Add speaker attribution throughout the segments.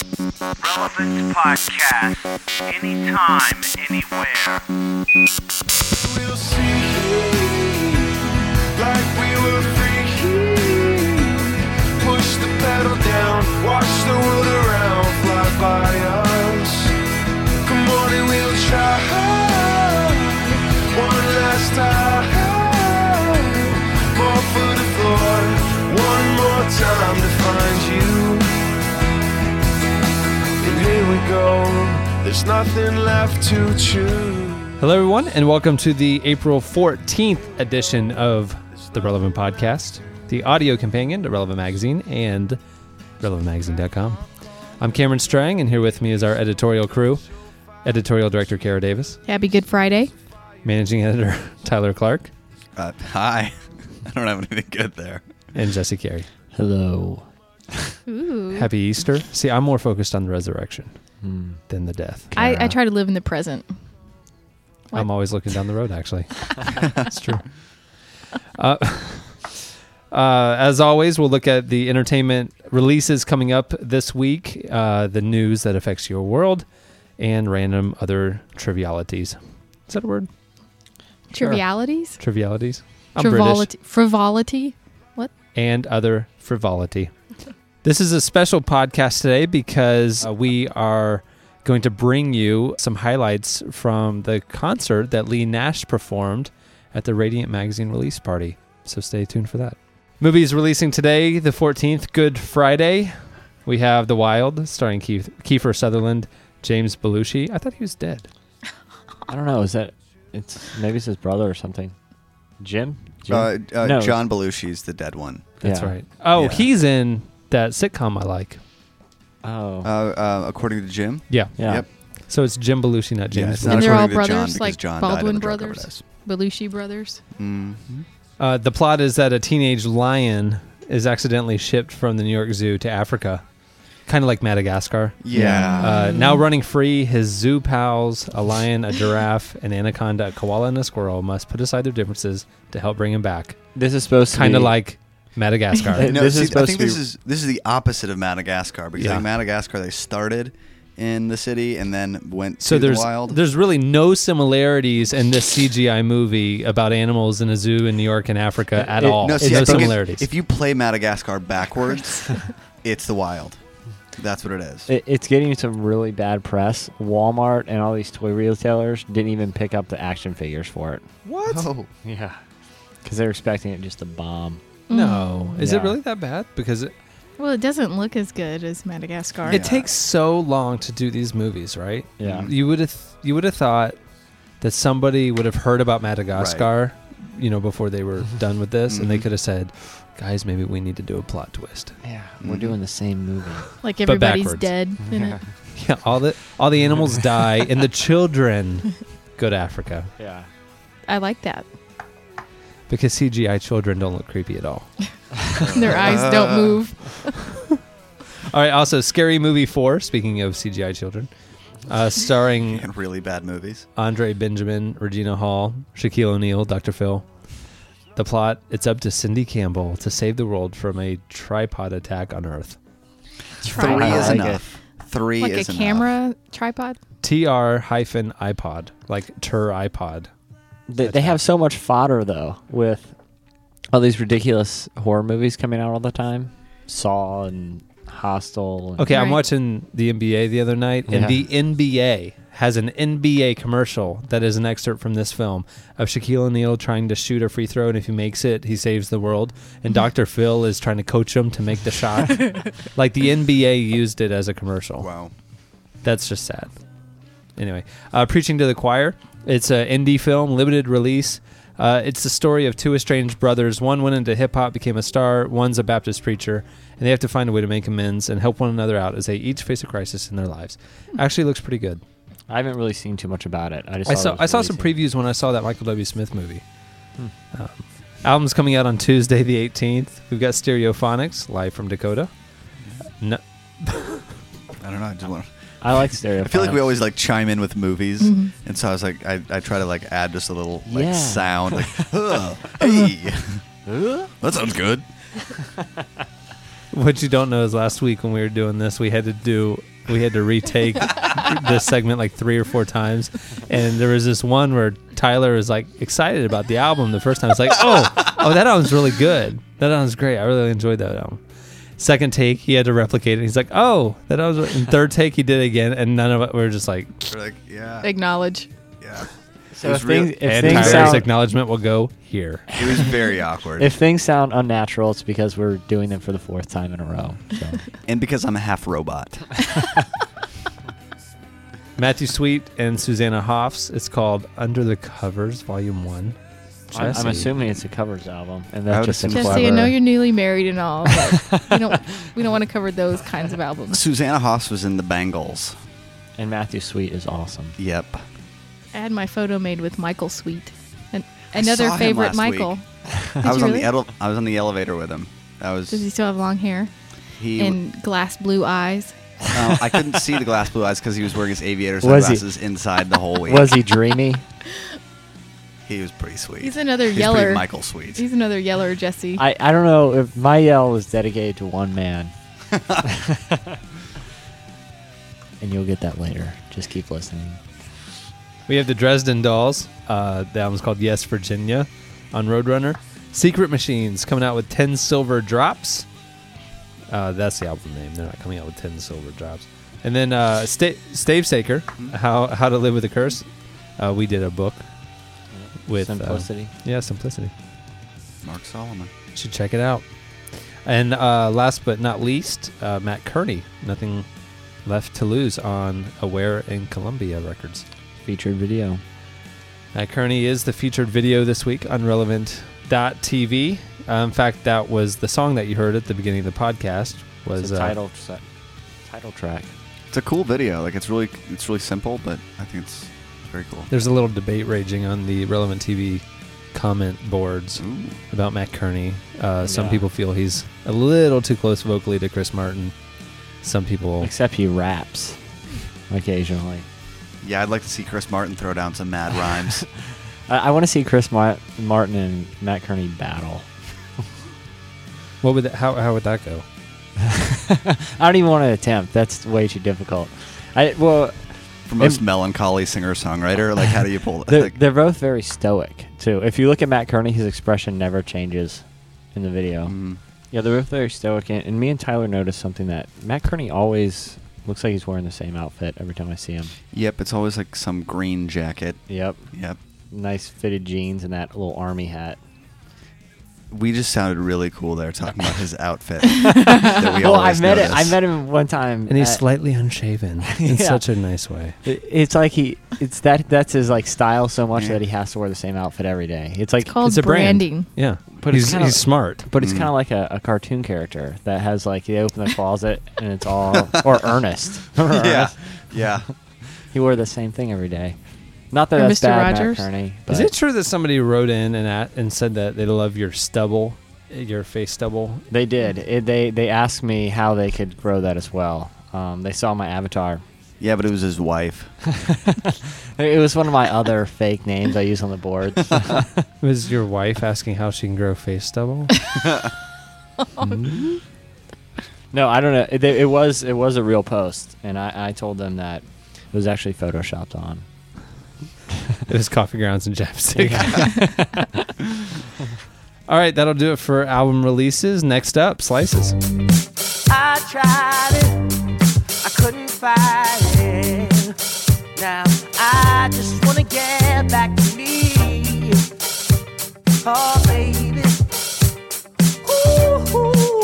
Speaker 1: Relevance Podcast. Anytime, anywhere.
Speaker 2: We'll see like we were free. Push the pedal down, watch the world around fly by us. Come on and we'll try one last time. More for the floor, one more time to find you. And here we go, there's nothing left to choose.
Speaker 3: Hello, everyone, and welcome to the April 14th edition of the Relevant Podcast, the audio companion to Relevant Magazine and relevantmagazine.com. I'm Cameron Strang, and here with me is our editorial crew editorial director Kara Davis,
Speaker 4: Happy Good Friday.
Speaker 3: managing editor Tyler Clark,
Speaker 5: Uh, hi. I don't have anything good there.
Speaker 3: and Jesse Carey.
Speaker 6: Hello.
Speaker 4: Ooh.
Speaker 3: Happy Easter. See, I'm more focused on the resurrection than the death.
Speaker 4: I, I try to live in the present.
Speaker 3: I'm always looking down the road, actually. That's true. Uh, uh, as always, we'll look at the entertainment releases coming up this week, uh, the news that affects your world, and random other trivialities. Is that a word?
Speaker 4: Trivialities?
Speaker 3: Trivialities? I'm British.
Speaker 4: Frivolity. Frivolity? What?
Speaker 3: And other frivolity. This is a special podcast today because uh, we are going to bring you some highlights from the concert that Lee Nash performed at the Radiant Magazine release party. So stay tuned for that. Movies releasing today, the 14th, Good Friday. We have The Wild, starring Keith, Kiefer Sutherland, James Belushi. I thought he was dead.
Speaker 6: I don't know. Is that it's maybe it's his brother or something? Jim? Jim?
Speaker 5: Uh, uh,
Speaker 6: No.
Speaker 5: John Belushi's the dead one.
Speaker 3: That's
Speaker 6: Yeah.
Speaker 3: right. Oh,
Speaker 5: Yeah.
Speaker 3: he's in that sitcom I like.
Speaker 6: Oh.
Speaker 5: Uh, uh, according to Jim.
Speaker 3: Yeah.
Speaker 6: yeah.
Speaker 5: Yep.
Speaker 3: So it's Jim Belushi, not
Speaker 5: Yeah,
Speaker 3: James.
Speaker 5: it's not
Speaker 4: And
Speaker 3: Belushi.
Speaker 4: they're all
Speaker 5: according to John,
Speaker 4: brothers,
Speaker 5: because
Speaker 4: like
Speaker 5: John died of
Speaker 4: Baldwin
Speaker 5: a drug
Speaker 4: brothers, Belushi brothers.
Speaker 5: Mm.
Speaker 3: Uh, the plot is that a teenage lion is accidentally shipped from the New York Zoo to Africa, kind of like Madagascar.
Speaker 5: Yeah.
Speaker 3: Uh, now running free, his zoo pals, a lion, a giraffe, an anaconda, a koala, and a squirrel, must put aside their differences to help bring him back.
Speaker 6: This is supposed to
Speaker 3: Kind of
Speaker 6: be-
Speaker 3: like Madagascar.
Speaker 6: It-
Speaker 5: no,
Speaker 6: this is
Speaker 5: see, I
Speaker 6: supposed
Speaker 5: think
Speaker 6: to be-
Speaker 5: this is this is the opposite of Madagascar because
Speaker 3: Yeah.
Speaker 5: in Madagascar they started in the city and then went
Speaker 3: so
Speaker 5: to
Speaker 3: there's
Speaker 5: the wild.
Speaker 3: there's really no similarities in this CGI movie about animals in a zoo in New York and Africa at
Speaker 6: It-
Speaker 3: all.
Speaker 5: no,
Speaker 3: No,
Speaker 5: see, I think if-
Speaker 3: similarities.
Speaker 5: If, you play Madagascar backwards, it's the wild. That's what it is.
Speaker 6: It, it's getting some really bad press. Walmart and all these toy retailers didn't even pick up the action figures for it.
Speaker 3: what?
Speaker 5: oh.
Speaker 6: Yeah. Because they're expecting it just to bomb.
Speaker 3: No.
Speaker 5: Mm.
Speaker 3: Is it
Speaker 6: Yeah.
Speaker 3: really that bad? Because it,
Speaker 4: Well, it doesn't look as good as Madagascar.
Speaker 5: Yeah.
Speaker 3: It takes so long to do these movies, right?
Speaker 6: Yeah.
Speaker 3: You would have you would have thought that somebody would have heard about Madagascar, you know, before they were done with this, and they
Speaker 5: Mhm.
Speaker 3: could have said, "Guys, maybe we need to do a plot twist."
Speaker 6: Yeah.
Speaker 5: Mhm.
Speaker 3: Mm-hmm.
Speaker 6: We're doing the same movie.
Speaker 4: like
Speaker 3: but
Speaker 4: everybody's
Speaker 3: backwards.
Speaker 4: dead in it.
Speaker 3: Yeah, all the all the animals die, and the children go to Africa
Speaker 6: yeah.
Speaker 4: I like that.
Speaker 3: because CGI children don't look creepy at all.
Speaker 4: Their eyes don't move.
Speaker 3: All right. Also, Scary Movie Four. Speaking of CGI children, uh, starring
Speaker 5: And really bad movies.
Speaker 3: Andre Benjamin, Regina Hall, Shaquille O'Neal, Dr. Phil. The plot it's up to Cindy Campbell to save the world from a tripod attack on Earth.
Speaker 5: Three
Speaker 4: Tripod.
Speaker 5: is
Speaker 6: like it.
Speaker 5: enough. Three
Speaker 4: Like
Speaker 5: is
Speaker 4: a
Speaker 5: enough.
Speaker 4: camera tripod.
Speaker 3: TR hyphen iPod, like tur iPod.
Speaker 6: They, they have so much fodder though with all these ridiculous horror movies coming out all the time. Saw and Hostel. And
Speaker 3: Okay, I'm
Speaker 4: Right.
Speaker 3: watching the NBA the other night, and
Speaker 6: Yeah.
Speaker 3: the NBA has an NBA commercial that is an excerpt from this film of Shaquille O'Neal trying to shoot a free throw, and if he makes it, he saves the world. And Dr. Phil is trying to coach him to make the shot. like the NBA used it as a commercial.
Speaker 5: Wow.
Speaker 3: that's just sad. Anyway, uh, preaching to the choir. It's an indie film, limited release. Uh, it's the story of two estranged brothers. One went into hip hop, became a star. One's a Baptist preacher, and they have to find a way to make amends and help one another out as they each face a crisis in their lives. Actually, looks pretty good.
Speaker 6: I haven't really seen too much about it. I just
Speaker 3: I
Speaker 6: saw
Speaker 3: saw
Speaker 6: it was
Speaker 3: I saw some
Speaker 6: releasing.
Speaker 3: previews when I saw that Michael W. Smith movie. Um, album's coming out on Tuesday the 18th. We've got Stereophonics live from Dakota. No,
Speaker 5: I don't know. I just Uh, want.
Speaker 6: I like stereo.
Speaker 5: I feel like we always like chime in with movies,
Speaker 4: Mm-hmm.
Speaker 5: and so I was like, I, I try to like add just a little like
Speaker 6: Yeah.
Speaker 5: sound, Uh-huh. like, "Huh, hey, that sounds good.
Speaker 3: what you don't know is last week when we were doing this, we had to do we had to retake this segment like three or four times, and there was this one where Tyler was like excited about the album the first time. It's like, oh, oh, that album's really good. That album's great. I really enjoyed that album. Second take, he had to replicate it. He's like, oh, that album. And third take, he did it again, and none of it. We were just like,
Speaker 5: We're like, yeah,
Speaker 4: Acknowledge.
Speaker 5: yeah.
Speaker 6: So
Speaker 5: It
Speaker 6: if
Speaker 5: was real-
Speaker 6: things, if
Speaker 3: and
Speaker 6: things
Speaker 3: Tyler's
Speaker 6: sound,
Speaker 3: acknowledgement will go here.
Speaker 5: It was very awkward.
Speaker 6: if things sound unnatural, it's because we're doing them for the fourth time in a row. So.
Speaker 5: and because I'm a half robot.
Speaker 3: Matthew Sweet and Susanna Hoffs. It's called Under the Covers, Volume One.
Speaker 6: I'm, I'm
Speaker 3: Jesse.
Speaker 6: assuming it's a covers album, and
Speaker 5: I
Speaker 6: that's
Speaker 5: would
Speaker 6: just a
Speaker 5: assume
Speaker 6: clever.
Speaker 5: so.
Speaker 4: Jesse, I know you're newly married and all, but we don't we don't want to cover those kinds of albums.
Speaker 5: Susanna Hoffs was in the Bangles.
Speaker 6: and Matthew Sweet is awesome.
Speaker 5: Yep.
Speaker 4: I had my photo made with Michael Sweet, and another
Speaker 5: saw him
Speaker 4: favorite
Speaker 5: last
Speaker 4: Michael.
Speaker 5: week. I was
Speaker 4: you
Speaker 5: on
Speaker 4: really?
Speaker 5: the edel- I was on the elevator with him. I was
Speaker 4: Does he still have long hair
Speaker 5: he.
Speaker 4: and glass blue eyes?
Speaker 5: uh, I couldn't see the glass blue eyes because he was wearing his aviator
Speaker 6: Was he?
Speaker 5: sunglasses inside the whole week.
Speaker 6: Was he dreamy?
Speaker 5: He was pretty sweet.
Speaker 4: He's another
Speaker 5: He's pretty
Speaker 4: yeller.
Speaker 5: Michael Sweet.
Speaker 4: He's another yeller Jesse.
Speaker 6: I, I don't know if my yell is dedicated to one man. and you'll get that later. Just keep listening.
Speaker 3: We have the Dresden Dolls. Uh, the album's called Yes Virginia on Roadrunner. Secret Machines coming out with 10 silver drops. Uh, that's the album name. They're not coming out with 10 silver drops. And then uh, Sta- Stave Saker, how, how to Live with a Curse. Uh, we did a book with uh,
Speaker 6: Simplicity.
Speaker 3: yeah, Simplicity.
Speaker 5: Mark Solomon.
Speaker 3: Should check it out. And uh, last but not least, uh, Matt Kearney. Nothing left to lose on Aware and Columbia Records.
Speaker 6: Featured video.
Speaker 3: Matt Uh, Kearney is the featured video this week on Relevant.tv. Uh, in fact, that was the song that you heard at the beginning of the podcast. Was
Speaker 6: It's a
Speaker 3: uh,
Speaker 6: title, set, title track.
Speaker 5: It's a cool video. Like it's really it's really simple, but I think it's very cool.
Speaker 3: There's a little debate raging on the Relevant TV comment boards
Speaker 5: Ooh.
Speaker 3: about Matt Kearney. Uh, Some
Speaker 6: Yeah.
Speaker 3: people feel he's a little too close vocally to Chris Martin. Some people,
Speaker 6: Except he raps occasionally.
Speaker 5: Yeah, I'd like to see Chris Martin throw down some mad rhymes.
Speaker 6: I, I want to see Chris Mar- Martin and Matt Kearney battle.
Speaker 3: what would that, how how would that go?
Speaker 6: I don't even want to attempt. That's way too difficult. I well,
Speaker 5: For most
Speaker 6: And-
Speaker 5: melancholy singer songwriter, like how do you pull that?
Speaker 6: They're,
Speaker 5: Like,
Speaker 6: they're both very stoic too. If you look at Matt Kearney, his expression never changes in the video.
Speaker 5: mm,
Speaker 6: Yeah, they're both very stoic, and, and me and Tyler noticed something that Matt Kearney always looks like he's wearing the same outfit every time I see him.
Speaker 5: yep, it's always like some green jacket.
Speaker 6: Yep,
Speaker 5: Yep.
Speaker 6: nice fitted jeans and that little army hat.
Speaker 5: We just sounded really cool there talking about his outfit. that we
Speaker 6: well, I
Speaker 5: always
Speaker 6: met it.
Speaker 5: notice.
Speaker 6: I met him one time,
Speaker 3: And he's
Speaker 6: at-
Speaker 3: slightly unshaven in
Speaker 6: Yeah.
Speaker 3: such a nice way.
Speaker 6: it- It's like he, it's that that's his like style so much
Speaker 5: Yeah.
Speaker 6: that he has to wear the same outfit every day. It's like,
Speaker 4: it's called
Speaker 3: it's a brand.
Speaker 4: branding.
Speaker 3: Yeah,
Speaker 6: But
Speaker 3: but
Speaker 6: it's
Speaker 3: he's,
Speaker 6: kinda-
Speaker 3: he's smart.
Speaker 6: but it's
Speaker 5: Mm.
Speaker 6: kind of like a, a cartoon character that has like they open the closet and it's all or Ernest. Remember
Speaker 5: Yeah.
Speaker 6: Ernest?
Speaker 5: Yeah.
Speaker 6: He wore the same thing every day. Not that
Speaker 4: Or
Speaker 6: that's
Speaker 4: Mr.
Speaker 6: bad,
Speaker 4: Rogers?
Speaker 6: Matt Kearney. But
Speaker 3: Is it true that somebody wrote in and at, and said that they love your stubble, your face stubble?
Speaker 6: They did. It, they they asked me how they could grow that as well. Um, they saw my avatar.
Speaker 5: Yeah, but it was his wife.
Speaker 6: It was one of my other fake names I use on the boards.
Speaker 3: Was your wife asking how she can grow face stubble?
Speaker 6: no, I don't know. It, it was it was a real post, and I, I told them that it was actually photoshopped on.
Speaker 3: it was coffee grounds and chapstick. All right, that'll do it for album releases. Next up, slices.
Speaker 7: I tried it, I couldn't fight it. Now I just wanna get back to me. Oh, baby. Ooh, ooh.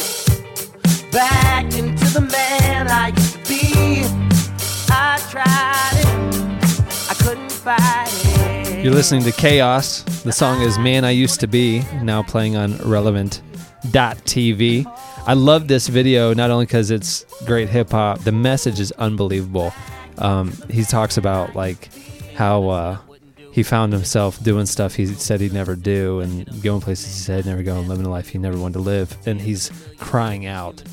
Speaker 7: Back into the man I used to be. I tried it, I couldn't fight it.
Speaker 3: You're listening to Chaos. The song is Man I Used to Be, now playing on relevant.tv. I love this video not only because it's great hip hop, the message is unbelievable. Um, he talks about like how uh, he found himself doing stuff he said he'd never do and going places he said he'd never go and living a life he never wanted to live. And he's crying out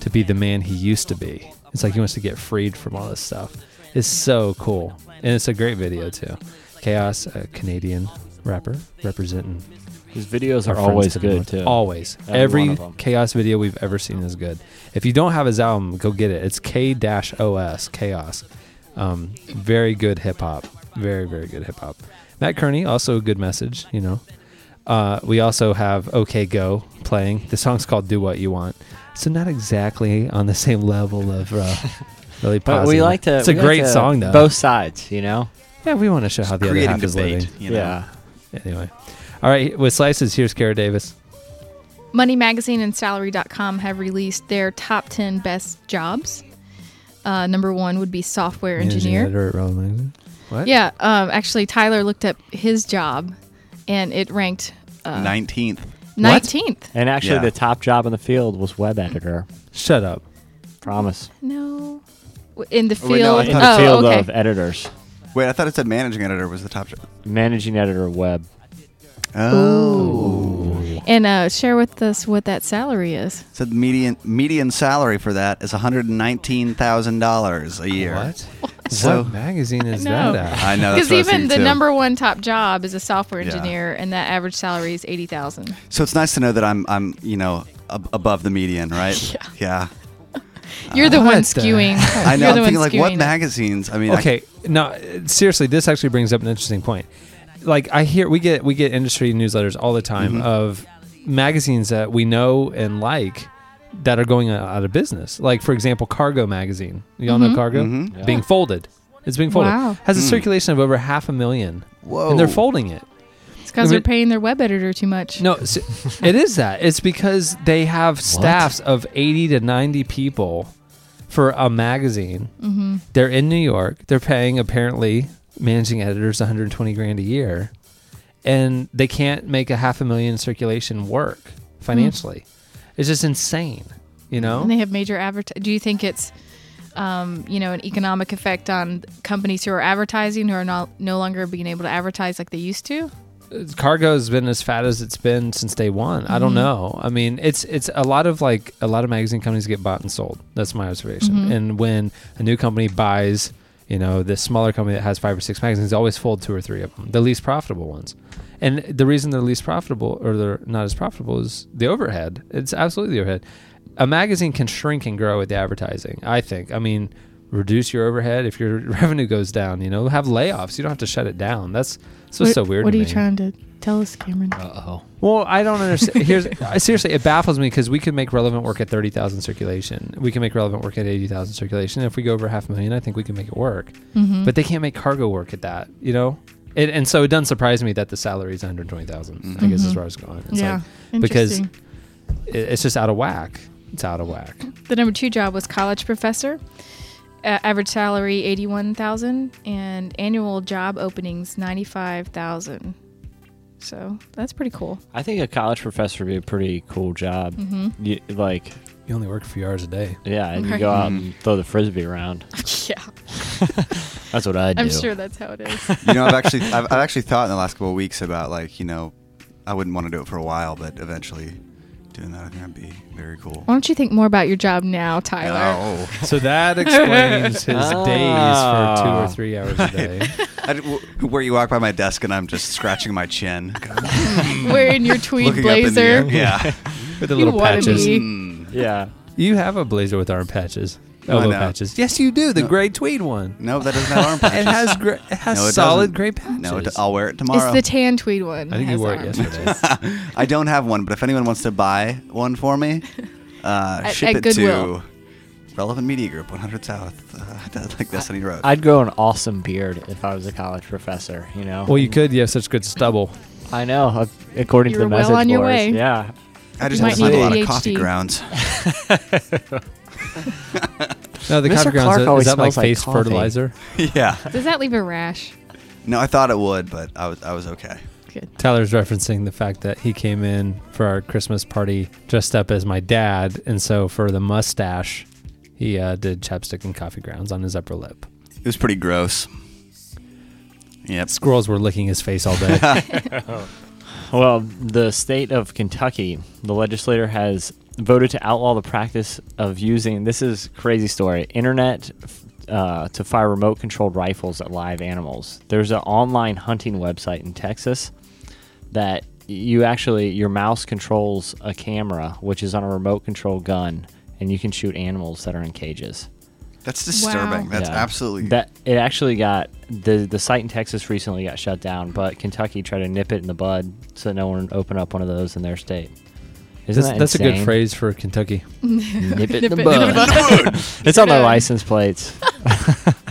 Speaker 3: to be the man he used to be. It's like he wants to get freed from all this stuff. It's so cool. And it's a great video, too. Chaos, a Canadian rapper representing
Speaker 6: His videos
Speaker 3: our
Speaker 6: are
Speaker 3: friends
Speaker 6: always
Speaker 3: to do
Speaker 6: good
Speaker 3: with.
Speaker 6: too.
Speaker 3: Always.
Speaker 6: Every
Speaker 3: Every,
Speaker 6: one of 'em.
Speaker 3: chaos video we've ever seen is good. If you don't have his album, go get it. It's K OS Chaos. Um, very good hip hop. Very very good hip hop. Matt Kearney also a good message. You know. Uh, we also have OK Go playing. The song's called "Do What You Want," so not exactly on the same level of uh, really
Speaker 6: But
Speaker 3: positive.
Speaker 6: we like to.
Speaker 3: It's a
Speaker 6: we like
Speaker 3: great
Speaker 6: to-
Speaker 3: song though.
Speaker 6: Both sides, you know.
Speaker 3: Yeah, we want to show how the other
Speaker 5: creating
Speaker 3: half is
Speaker 5: debate.
Speaker 3: living.
Speaker 5: You know?
Speaker 6: Yeah.
Speaker 3: Anyway, all right. With slices, here's Kara Davis.
Speaker 4: Money Magazine and Salary.com have released their top 10 best jobs. Uh, number one would be software engineer.
Speaker 3: Managing editor at Relevant Magazine. What?
Speaker 4: Yeah, um, actually, Tyler looked up his job and it ranked uh,
Speaker 5: 19th.
Speaker 4: 19th.
Speaker 6: And actually,
Speaker 5: Yeah.
Speaker 6: the top job in the field was web editor.
Speaker 3: Shut up.
Speaker 6: Promise.
Speaker 4: No. W- In the
Speaker 5: wait,
Speaker 4: field.
Speaker 5: no, I
Speaker 6: In
Speaker 4: oh,
Speaker 6: the field
Speaker 4: okay.
Speaker 6: of editors,
Speaker 5: Wait, I thought it said managing editor was the top job.
Speaker 6: managing editor of web.
Speaker 5: Oh.
Speaker 4: and uh, share with us what that salary is.
Speaker 5: So the median median salary for that is $119,000 a year.
Speaker 3: What?
Speaker 5: So-
Speaker 3: what magazine is
Speaker 4: No.
Speaker 3: that at?
Speaker 5: I know.
Speaker 4: Because
Speaker 5: that's what I was
Speaker 4: even
Speaker 5: thinking,
Speaker 4: the
Speaker 5: too.
Speaker 4: number one top job is a software
Speaker 5: Yeah.
Speaker 4: engineer, and that average salary is 80000
Speaker 5: So it's nice to know that I'm I'm you know ab- above the median, right? yeah.
Speaker 4: You're the
Speaker 3: What
Speaker 4: one
Speaker 3: the
Speaker 4: skewing.
Speaker 5: I know.
Speaker 4: You're the one
Speaker 5: I'm thinking like what
Speaker 4: skewing it.
Speaker 5: magazines? I mean, I-
Speaker 3: Okay. No, uh, seriously, this actually brings up an interesting point. Like I hear we get we get industry newsletters all the time of magazines that we know and like that are going out of business. Like for example, Cargo magazine. You all know Cargo
Speaker 5: Mhm.
Speaker 3: being folded. It's being folded.
Speaker 4: Mm-hmm. Wow.
Speaker 3: Has a circulation of over half a million,
Speaker 5: whoa.
Speaker 3: and they're folding it.
Speaker 4: It's because
Speaker 3: I mean-
Speaker 4: they're paying their web editor too much.
Speaker 3: No, s it is that. It's because they have staffs of 80 to 90 people for a magazine. Mm-hmm. They're in New York. They're paying apparently managing editors 120 grand a year, and they can't make a half a million circulation work financially. It's just insane, you know.
Speaker 4: Hmm. And they have major advert. Do you think it's, um, you know, an economic effect on companies who are advertising who are not no longer being able to advertise like they used to?
Speaker 3: cargo has been as fat as it's been since day one. I
Speaker 4: Mm-hmm.
Speaker 3: don't know. I mean, it's it's a lot of like a lot of magazine companies get bought and sold. That's my observation.
Speaker 4: Mm-hmm.
Speaker 3: And when a new company buys, you know, this smaller company that has five or six magazines, they always fold two or three of them, the least profitable ones. And the reason they're least profitable or they're not as profitable is the overhead. It's absolutely the overhead. A magazine can shrink and grow with the advertising. I think. I mean. Reduce your overhead if your revenue goes down. You know, have layoffs. You don't have to shut it down. That's so so weird.
Speaker 4: What
Speaker 3: to
Speaker 4: are you
Speaker 3: me. Oh,
Speaker 4: trying to tell us, Cameron?
Speaker 3: Well, I don't understand. Here's I- seriously, it baffles me because we could make relevant work at thirty thousand circulation. We can make relevant work at eighty thousand circulation. If we go over half a million, I think we can make it work.
Speaker 4: Mm-hmm.
Speaker 3: But they can't make cargo work at that, you know. It, and so it doesn't surprise me that the salary is one hundred twenty I guess is where I was going. It's
Speaker 4: Mm-hmm. yeah,
Speaker 3: like, because
Speaker 4: interesting.
Speaker 3: it, it's just out of whack. It's out of whack.
Speaker 4: the number two job was college professor. Uh, average salary eighty one thousand and annual job openings ninety five thousand. So that's pretty cool.
Speaker 6: I think a college professor would be a pretty cool job.
Speaker 4: Mm-hmm.
Speaker 6: You, like,
Speaker 3: You only work a few hours a day.
Speaker 6: yeah, and you
Speaker 4: Right.
Speaker 6: go out and throw the frisbee around.
Speaker 4: yeah,
Speaker 6: That's what I do.
Speaker 4: I'm sure that's how it is.
Speaker 5: you know, I've actually I've, I've actually thought in the last couple of weeks about like you know, I wouldn't want to do it for a while, but eventually, doing that I think that'd be very cool.
Speaker 4: Why don't you think more about your job now, Tyler?
Speaker 5: Oh,
Speaker 3: So that explains his days for two or three hours a day.
Speaker 5: I, w- where you walk by my desk and I'm just scratching my chin,
Speaker 4: Wearing your tweed
Speaker 5: looking up in the
Speaker 4: blazer.
Speaker 5: air. Yeah, Hmm.
Speaker 3: With the
Speaker 4: You
Speaker 3: little
Speaker 4: wanna
Speaker 3: patches.
Speaker 4: be
Speaker 6: Yeah.
Speaker 3: You have a blazer with arm patches,
Speaker 5: No, I
Speaker 3: elbow
Speaker 5: don't.
Speaker 3: patches. Yes, you do. The gray tweed one.
Speaker 5: no, that doesn't have arm
Speaker 3: It
Speaker 5: patches.
Speaker 3: has gra- it has
Speaker 5: No, it
Speaker 3: solid
Speaker 5: doesn't.
Speaker 3: gray patches.
Speaker 5: No, it, I'll wear it
Speaker 4: It's
Speaker 5: tomorrow.
Speaker 4: the tan tweed one.
Speaker 3: I think you
Speaker 4: Has
Speaker 3: wore it
Speaker 4: arm.
Speaker 3: yesterday.
Speaker 5: I don't have one, but if anyone wants to buy one for me, uh,
Speaker 4: At-
Speaker 5: ship
Speaker 4: at
Speaker 5: it
Speaker 4: Goodwill.
Speaker 5: to Relevant Media Group, 100 South, uh, that's like Destiny Road.
Speaker 6: I'd grow an awesome beard if I was a college professor, you know?
Speaker 3: well, you could. You have such good stubble.
Speaker 6: I know, uh, according to
Speaker 4: You're
Speaker 6: the
Speaker 4: well
Speaker 6: message
Speaker 4: on your
Speaker 6: boards.
Speaker 4: way.
Speaker 6: Yeah.
Speaker 5: I just
Speaker 4: might
Speaker 5: have to find a
Speaker 4: need a
Speaker 5: lot
Speaker 4: PhD.
Speaker 5: of coffee grounds.
Speaker 3: No, the
Speaker 6: Mr.
Speaker 3: coffee grounds
Speaker 6: Clark
Speaker 3: is- is
Speaker 6: always
Speaker 3: that like
Speaker 6: smells like
Speaker 3: face
Speaker 6: coffee.
Speaker 3: fertilizer.
Speaker 5: yeah.
Speaker 4: Does that leave a rash?
Speaker 5: No, I thought it would, but I was I was okay.
Speaker 4: Good.
Speaker 3: Tyler's referencing the fact that he came in for our Christmas party dressed up as my dad, and so for the mustache, he uh, did chapstick and coffee grounds on his upper lip.
Speaker 5: It was pretty gross. Yep.
Speaker 3: Squirrels were licking his face all day.
Speaker 6: Well, the state of Kentucky, the legislator has voted to outlaw the practice of using this is crazy story internet uh, to fire remote controlled rifles at live animals. There's an online hunting website in Texas that you actually your mouse controls a camera, which is on a remote control gun, and you can shoot animals that are in cages.
Speaker 5: That's disturbing.
Speaker 4: Wow.
Speaker 5: That's
Speaker 6: Yeah.
Speaker 5: absolutely.
Speaker 6: that. It actually got the the site in Texas recently got shut down, but Kentucky tried to nip it in the bud so that no one would open up one of those in their state. Isn't
Speaker 3: That's,
Speaker 6: that
Speaker 3: that's a good
Speaker 6: insane?
Speaker 3: phrase for Kentucky.
Speaker 6: Nip it in the
Speaker 4: Nip it in the
Speaker 6: bud. it's on their license plates.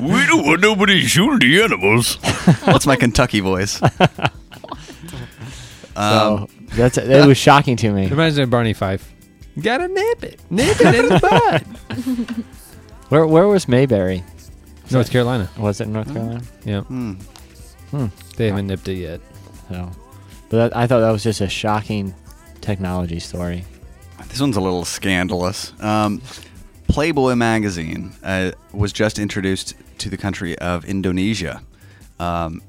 Speaker 2: We don't want nobody shooting the animals.
Speaker 5: That's my Kentucky voice. Um,
Speaker 6: So that's it was shocking to me.
Speaker 3: It reminds me of Barney Fife. Gotta nip it. Nip it in the butt.
Speaker 6: Where where was Mayberry?
Speaker 3: North Carolina.
Speaker 6: Was it in North Carolina?
Speaker 3: Yeah.
Speaker 5: Hmm.
Speaker 3: They haven't nipped it yet.
Speaker 6: So, but that, I thought that was just a shocking technology story.
Speaker 5: This one's a little scandalous. Um, Playboy magazine uh, was just introduced to the country of Indonesia, um,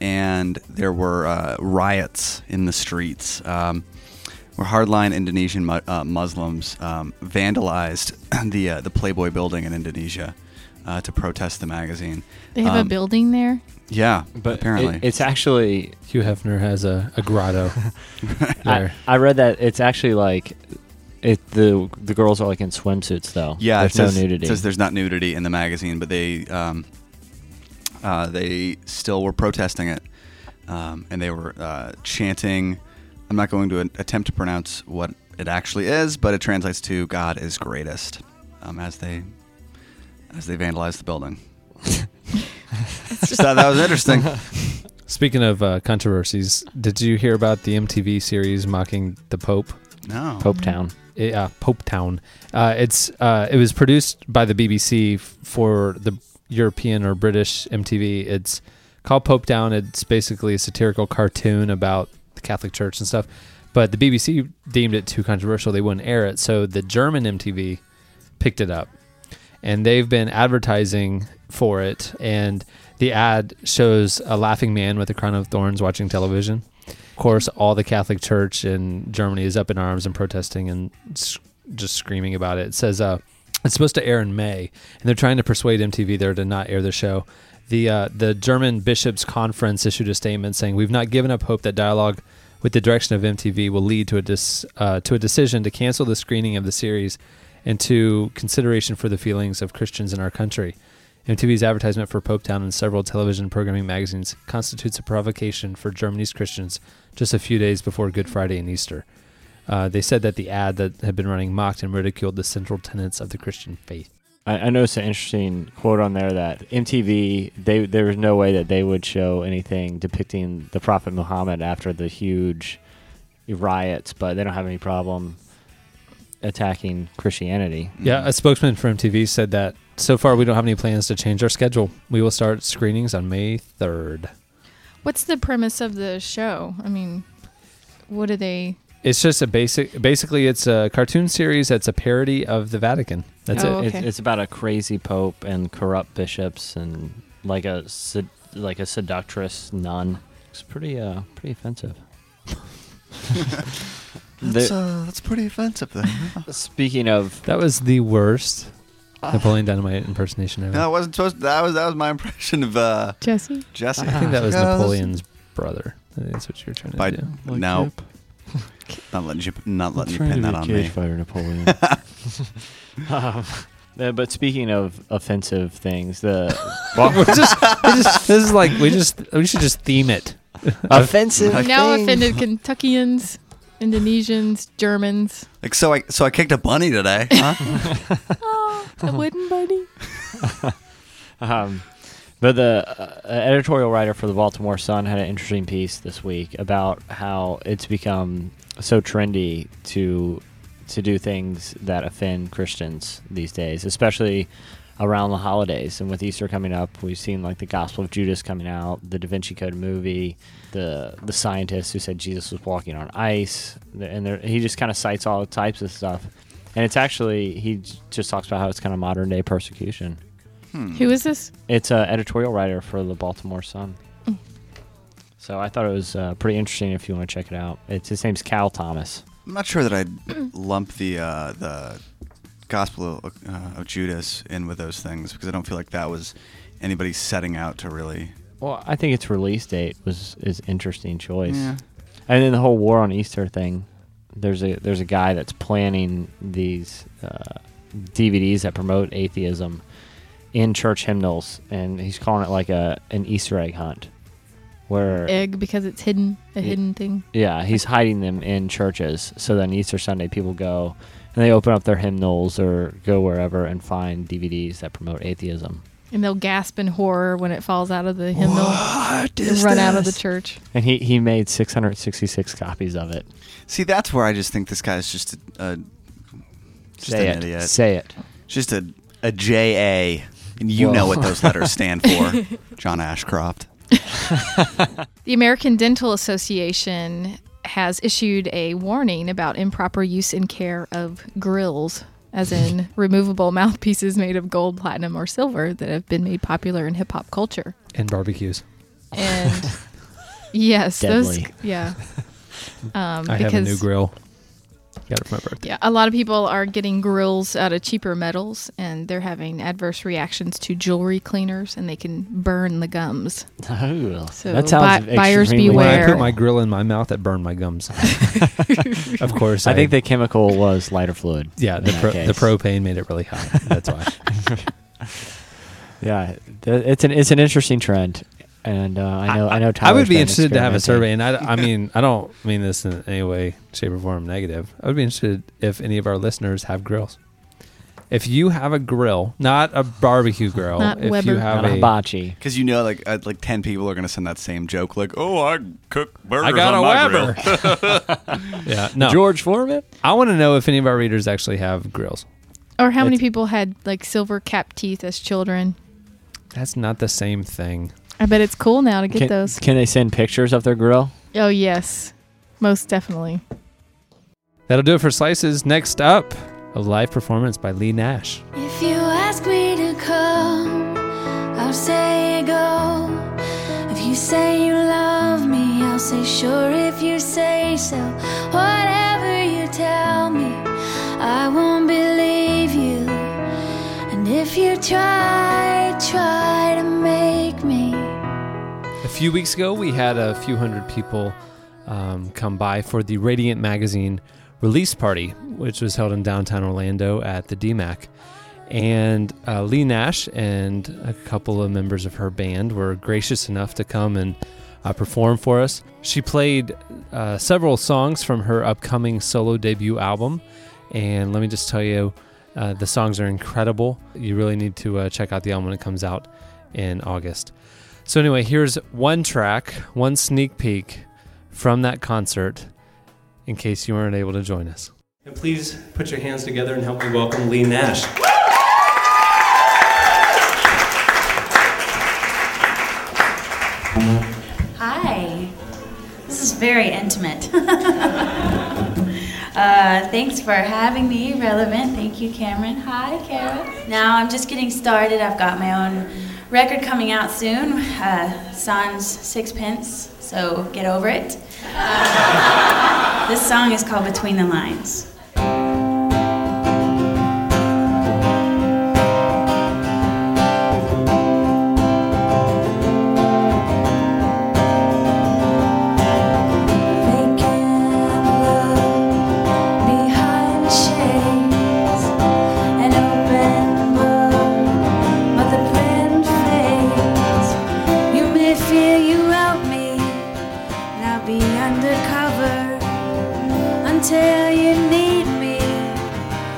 Speaker 5: and there were uh, riots in the streets. Um, where hardline Indonesian mu- uh, Muslims um, vandalized the uh, the Playboy building in Indonesia uh, to protest the magazine.
Speaker 4: They have a
Speaker 5: Um,
Speaker 4: building there.
Speaker 5: Yeah,
Speaker 6: But
Speaker 5: apparently
Speaker 6: it- it's actually
Speaker 3: Hugh Hefner has a, a grotto
Speaker 6: I,
Speaker 3: there.
Speaker 6: I read that it's actually like it the the girls are like in swimsuits though.
Speaker 5: Yeah,
Speaker 6: there's
Speaker 5: it says,
Speaker 6: no nudity.
Speaker 5: It says there's not nudity in the magazine, but they um, uh, they still were protesting it, um, and they were uh, chanting. I'm not going to attempt to pronounce what it actually is, but it translates to "God is greatest," um, as they as they vandalized the building. Just thought that was interesting.
Speaker 3: Speaking of uh, controversies, did you hear about the MTV series mocking the Pope?
Speaker 5: No,
Speaker 6: Pope Town.
Speaker 3: uh, Pope Town. Uh, it's uh, it was produced by the BBC f- for the European or British MTV. It's called Pope Town. It's basically a satirical cartoon about the Catholic Church and stuff. But the BBC deemed it too controversial; they wouldn't air it. So the German MTV picked it up, and they've been advertising for it. And the ad shows a laughing man with a crown of thorns watching television. Of course, all the Catholic Church in Germany is up in arms and protesting and s- just screaming about it. It says uh, it's supposed to air in May, and they're trying to persuade MTV there to not air the show. The uh, the German Bishops' Conference issued a statement saying, "We've not given up hope that dialogue." With the direction of MTV, will lead to a dis, uh, to a decision to cancel the screening of the series and to consideration for the feelings of Christians in our country. MTV's advertisement for Popetown in several television programming magazines constitutes a provocation for Germany's Christians just a few days before Good Friday and Easter. Uh, they said that the ad that had been running mocked and ridiculed the central tenets of the Christian faith.
Speaker 6: I, I noticed an interesting quote on there that MTV they there was no way that they would show anything depicting the Prophet Muhammad after the huge riots, but they don't have any problem attacking Christianity.
Speaker 5: Mm. Hmm.
Speaker 3: Yeah, a spokesman for MTV said that so far we don't have any plans to change our schedule. We will start screenings on May 3rd.
Speaker 4: What's the premise of the show? I mean, what do they?
Speaker 3: It's just a basic, basically, it's a cartoon series that's a parody of the Vatican. That's
Speaker 4: Oh,
Speaker 3: it.
Speaker 6: It's,
Speaker 4: okay.
Speaker 6: it's about a crazy pope and corrupt bishops and like a sed- like a seductress nun. It's pretty uh pretty offensive.
Speaker 5: that's,
Speaker 6: The-
Speaker 5: uh, that's pretty offensive. Though.
Speaker 6: speaking of
Speaker 3: That was the worst Napoleon Dynamite impersonation ever.
Speaker 5: no, that wasn't supposed. that was that was my impression of uh,
Speaker 4: Jesse,
Speaker 5: Jesse.
Speaker 3: I think that was
Speaker 5: Yeah, that's-
Speaker 3: Napoleon's brother. I think that's what you're trying to
Speaker 5: By-
Speaker 3: do.
Speaker 5: no, not letting you not letting you pin that on me.
Speaker 6: fighter Napoleon. um, yeah, but speaking of offensive things, the
Speaker 3: We're just, we're just- this is like we just we should just theme it.
Speaker 6: offensive.
Speaker 4: now offended Kentuckians, Indonesians, Germans.
Speaker 5: Like so, I so I kicked a bunny today. Huh?
Speaker 4: Oh, the wooden bunny.
Speaker 6: Um, but the uh, editorial writer for the Baltimore Sun had an interesting piece this week about how it's become so trendy to to do things that offend Christians these days, especially around the holidays. And with Easter coming up, we've seen like the Gospel of Judas coming out, the Da Vinci Code movie, the the scientist who said Jesus was walking on ice, and there, he just kind of cites all types of stuff. And it's actually he j- just talks about how it's kind of modern day persecution.
Speaker 5: Hmm.
Speaker 4: Who is this?
Speaker 6: It's an editorial writer for the Baltimore Sun. So I thought it was uh, pretty interesting. If you want to check it out, it's his name's Cal Thomas.
Speaker 5: I'm not sure that I'd lump the uh, the Gospel of, uh, of Judas in with those things because I don't feel like that was anybody setting out to really.
Speaker 6: Well, I think its release date was is interesting choice.
Speaker 5: Yeah.
Speaker 6: And then the whole war on Easter thing. There's a there's a guy that's planning these uh, DVDs that promote atheism in church hymnals, and he's calling it like a an Easter egg hunt, where
Speaker 4: Egg because it's hidden, a
Speaker 6: Yeah.
Speaker 4: hidden thing.
Speaker 6: yeah, he's hiding them in churches. So then Easter Sunday, people go and they open up their hymnals or go wherever and find DVDs that promote atheism.
Speaker 4: And they'll gasp in horror when it falls out of the hymnal
Speaker 5: What
Speaker 4: and
Speaker 5: is
Speaker 4: run out of the
Speaker 5: this?
Speaker 4: church.
Speaker 6: And he, he made 666 copies of it.
Speaker 5: See, that's where I just think this guy's just a, a just
Speaker 6: Say
Speaker 5: an
Speaker 6: it.
Speaker 5: idiot.
Speaker 6: Say it.
Speaker 5: Just a a J A. And you know
Speaker 6: Whoa.
Speaker 5: what those letters stand for, John Ashcroft.
Speaker 4: The American Dental Association has issued a warning about improper use and care of grills, as in removable mouthpieces made of gold, platinum, or silver that have been made popular in hip hop culture.
Speaker 3: and barbecues.
Speaker 4: And yes, those
Speaker 6: Deadly.
Speaker 4: yeah. Um,
Speaker 3: I have a new grill. Got it for my birthday.
Speaker 4: Yeah, a lot of people are getting grills out of cheaper metals, and they're having adverse reactions to jewelry cleaners, and they can burn the gums.
Speaker 6: Oh,
Speaker 4: So,
Speaker 6: that sounds
Speaker 4: bu- buyers
Speaker 6: extremely
Speaker 3: When I
Speaker 4: beware.
Speaker 3: put my grill in my mouth, it burned my gums. of course,
Speaker 6: I think the chemical was lighter fluid.
Speaker 3: yeah
Speaker 6: in
Speaker 3: the
Speaker 6: that
Speaker 3: pro,
Speaker 6: case.
Speaker 3: the propane made it really hot. That's why.
Speaker 6: Yeah, th- it's an it's an interesting trend, and uh, I know I, know.
Speaker 3: I would
Speaker 6: Tyler's
Speaker 3: be
Speaker 6: been
Speaker 3: interested to have a survey,
Speaker 6: experimenting.
Speaker 3: and I, I mean, I don't mean this in any way, shape, or form negative. I would be interested if any of our listeners have grills. If you have a grill, not a barbecue grill,
Speaker 4: Not
Speaker 3: if you
Speaker 4: Weber.
Speaker 3: have
Speaker 6: Not a
Speaker 3: a,
Speaker 6: hibachi.
Speaker 5: Because you know, like uh, like ten people are gonna send that same joke, like, "Oh, I cook burgers
Speaker 3: I got
Speaker 5: on
Speaker 3: a
Speaker 5: my grill."
Speaker 3: Weber. yeah, no.
Speaker 6: George Foreman.
Speaker 3: I want to know if any of our readers actually have grills.
Speaker 4: or how many
Speaker 3: It's-
Speaker 4: people had like silver capped teeth as children?
Speaker 3: That's not the same thing.
Speaker 4: I bet it's cool now to get
Speaker 6: Can,
Speaker 4: those.
Speaker 6: can they send pictures of their grill?
Speaker 4: Oh yes, most definitely.
Speaker 3: That'll do it for slices. Next up, a live performance by Lee Nash.
Speaker 8: If you ask me to come, I'll say go. If you say you love me, I'll say sure if you say so. Whatever you tell me, I won't believe you. And if you try, try to make me.
Speaker 3: A few weeks ago, we had a few hundred people um, come by for the Radiant Magazine release party, which was held in downtown Orlando at the DMAC. And uh, Lee Nash and a couple of members of her band were gracious enough to come and uh, perform for us. She played uh, several songs from her upcoming solo debut album. And let me just tell you, uh, the songs are incredible. You really need to uh, check out the album when it comes out in August. So anyway, here's one track, one sneak peek from that concert in case you weren't able to join us. And please put your hands together and help me welcome Lee Nash.
Speaker 9: Hi. This is very intimate. uh, thanks for having me, Relevant. Thank you, Cameron. Hi, Kara. Now I'm just getting started. I've got my own record coming out soon, uh, Sans Sixpence, so get over it. this song is called Between the Lines.
Speaker 8: Until you need me,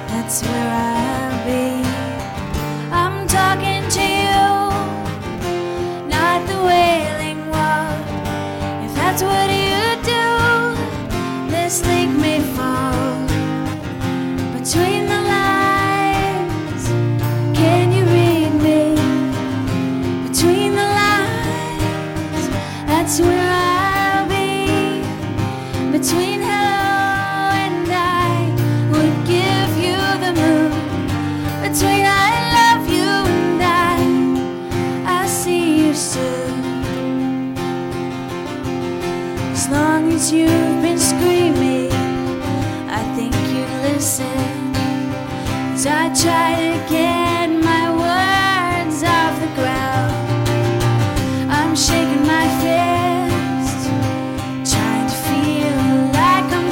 Speaker 8: that's where I'll be. I'm talking to you, not the wailing wall. If that's what you do, this link may fall between the lines. Can you read me? Between the lines, that's where I'll be. Between hello and I would give you the moon. Between I love you and I, I'll see you soon. As long as you've been screaming, I think you listen. As I try to get my words off the ground, I'm shaking my fist, trying to feel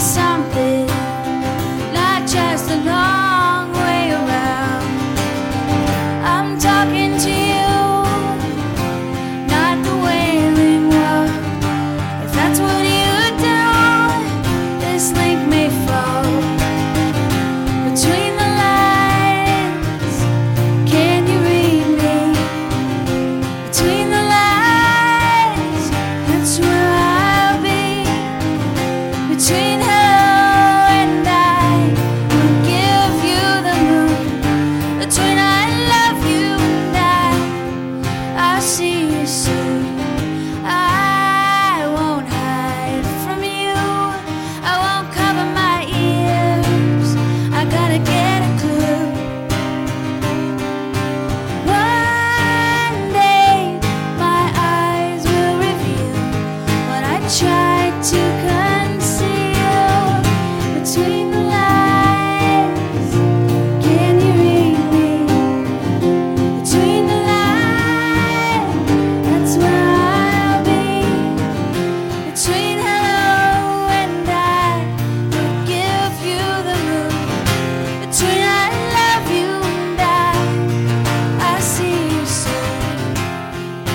Speaker 8: Between I love you and I, I see you soon.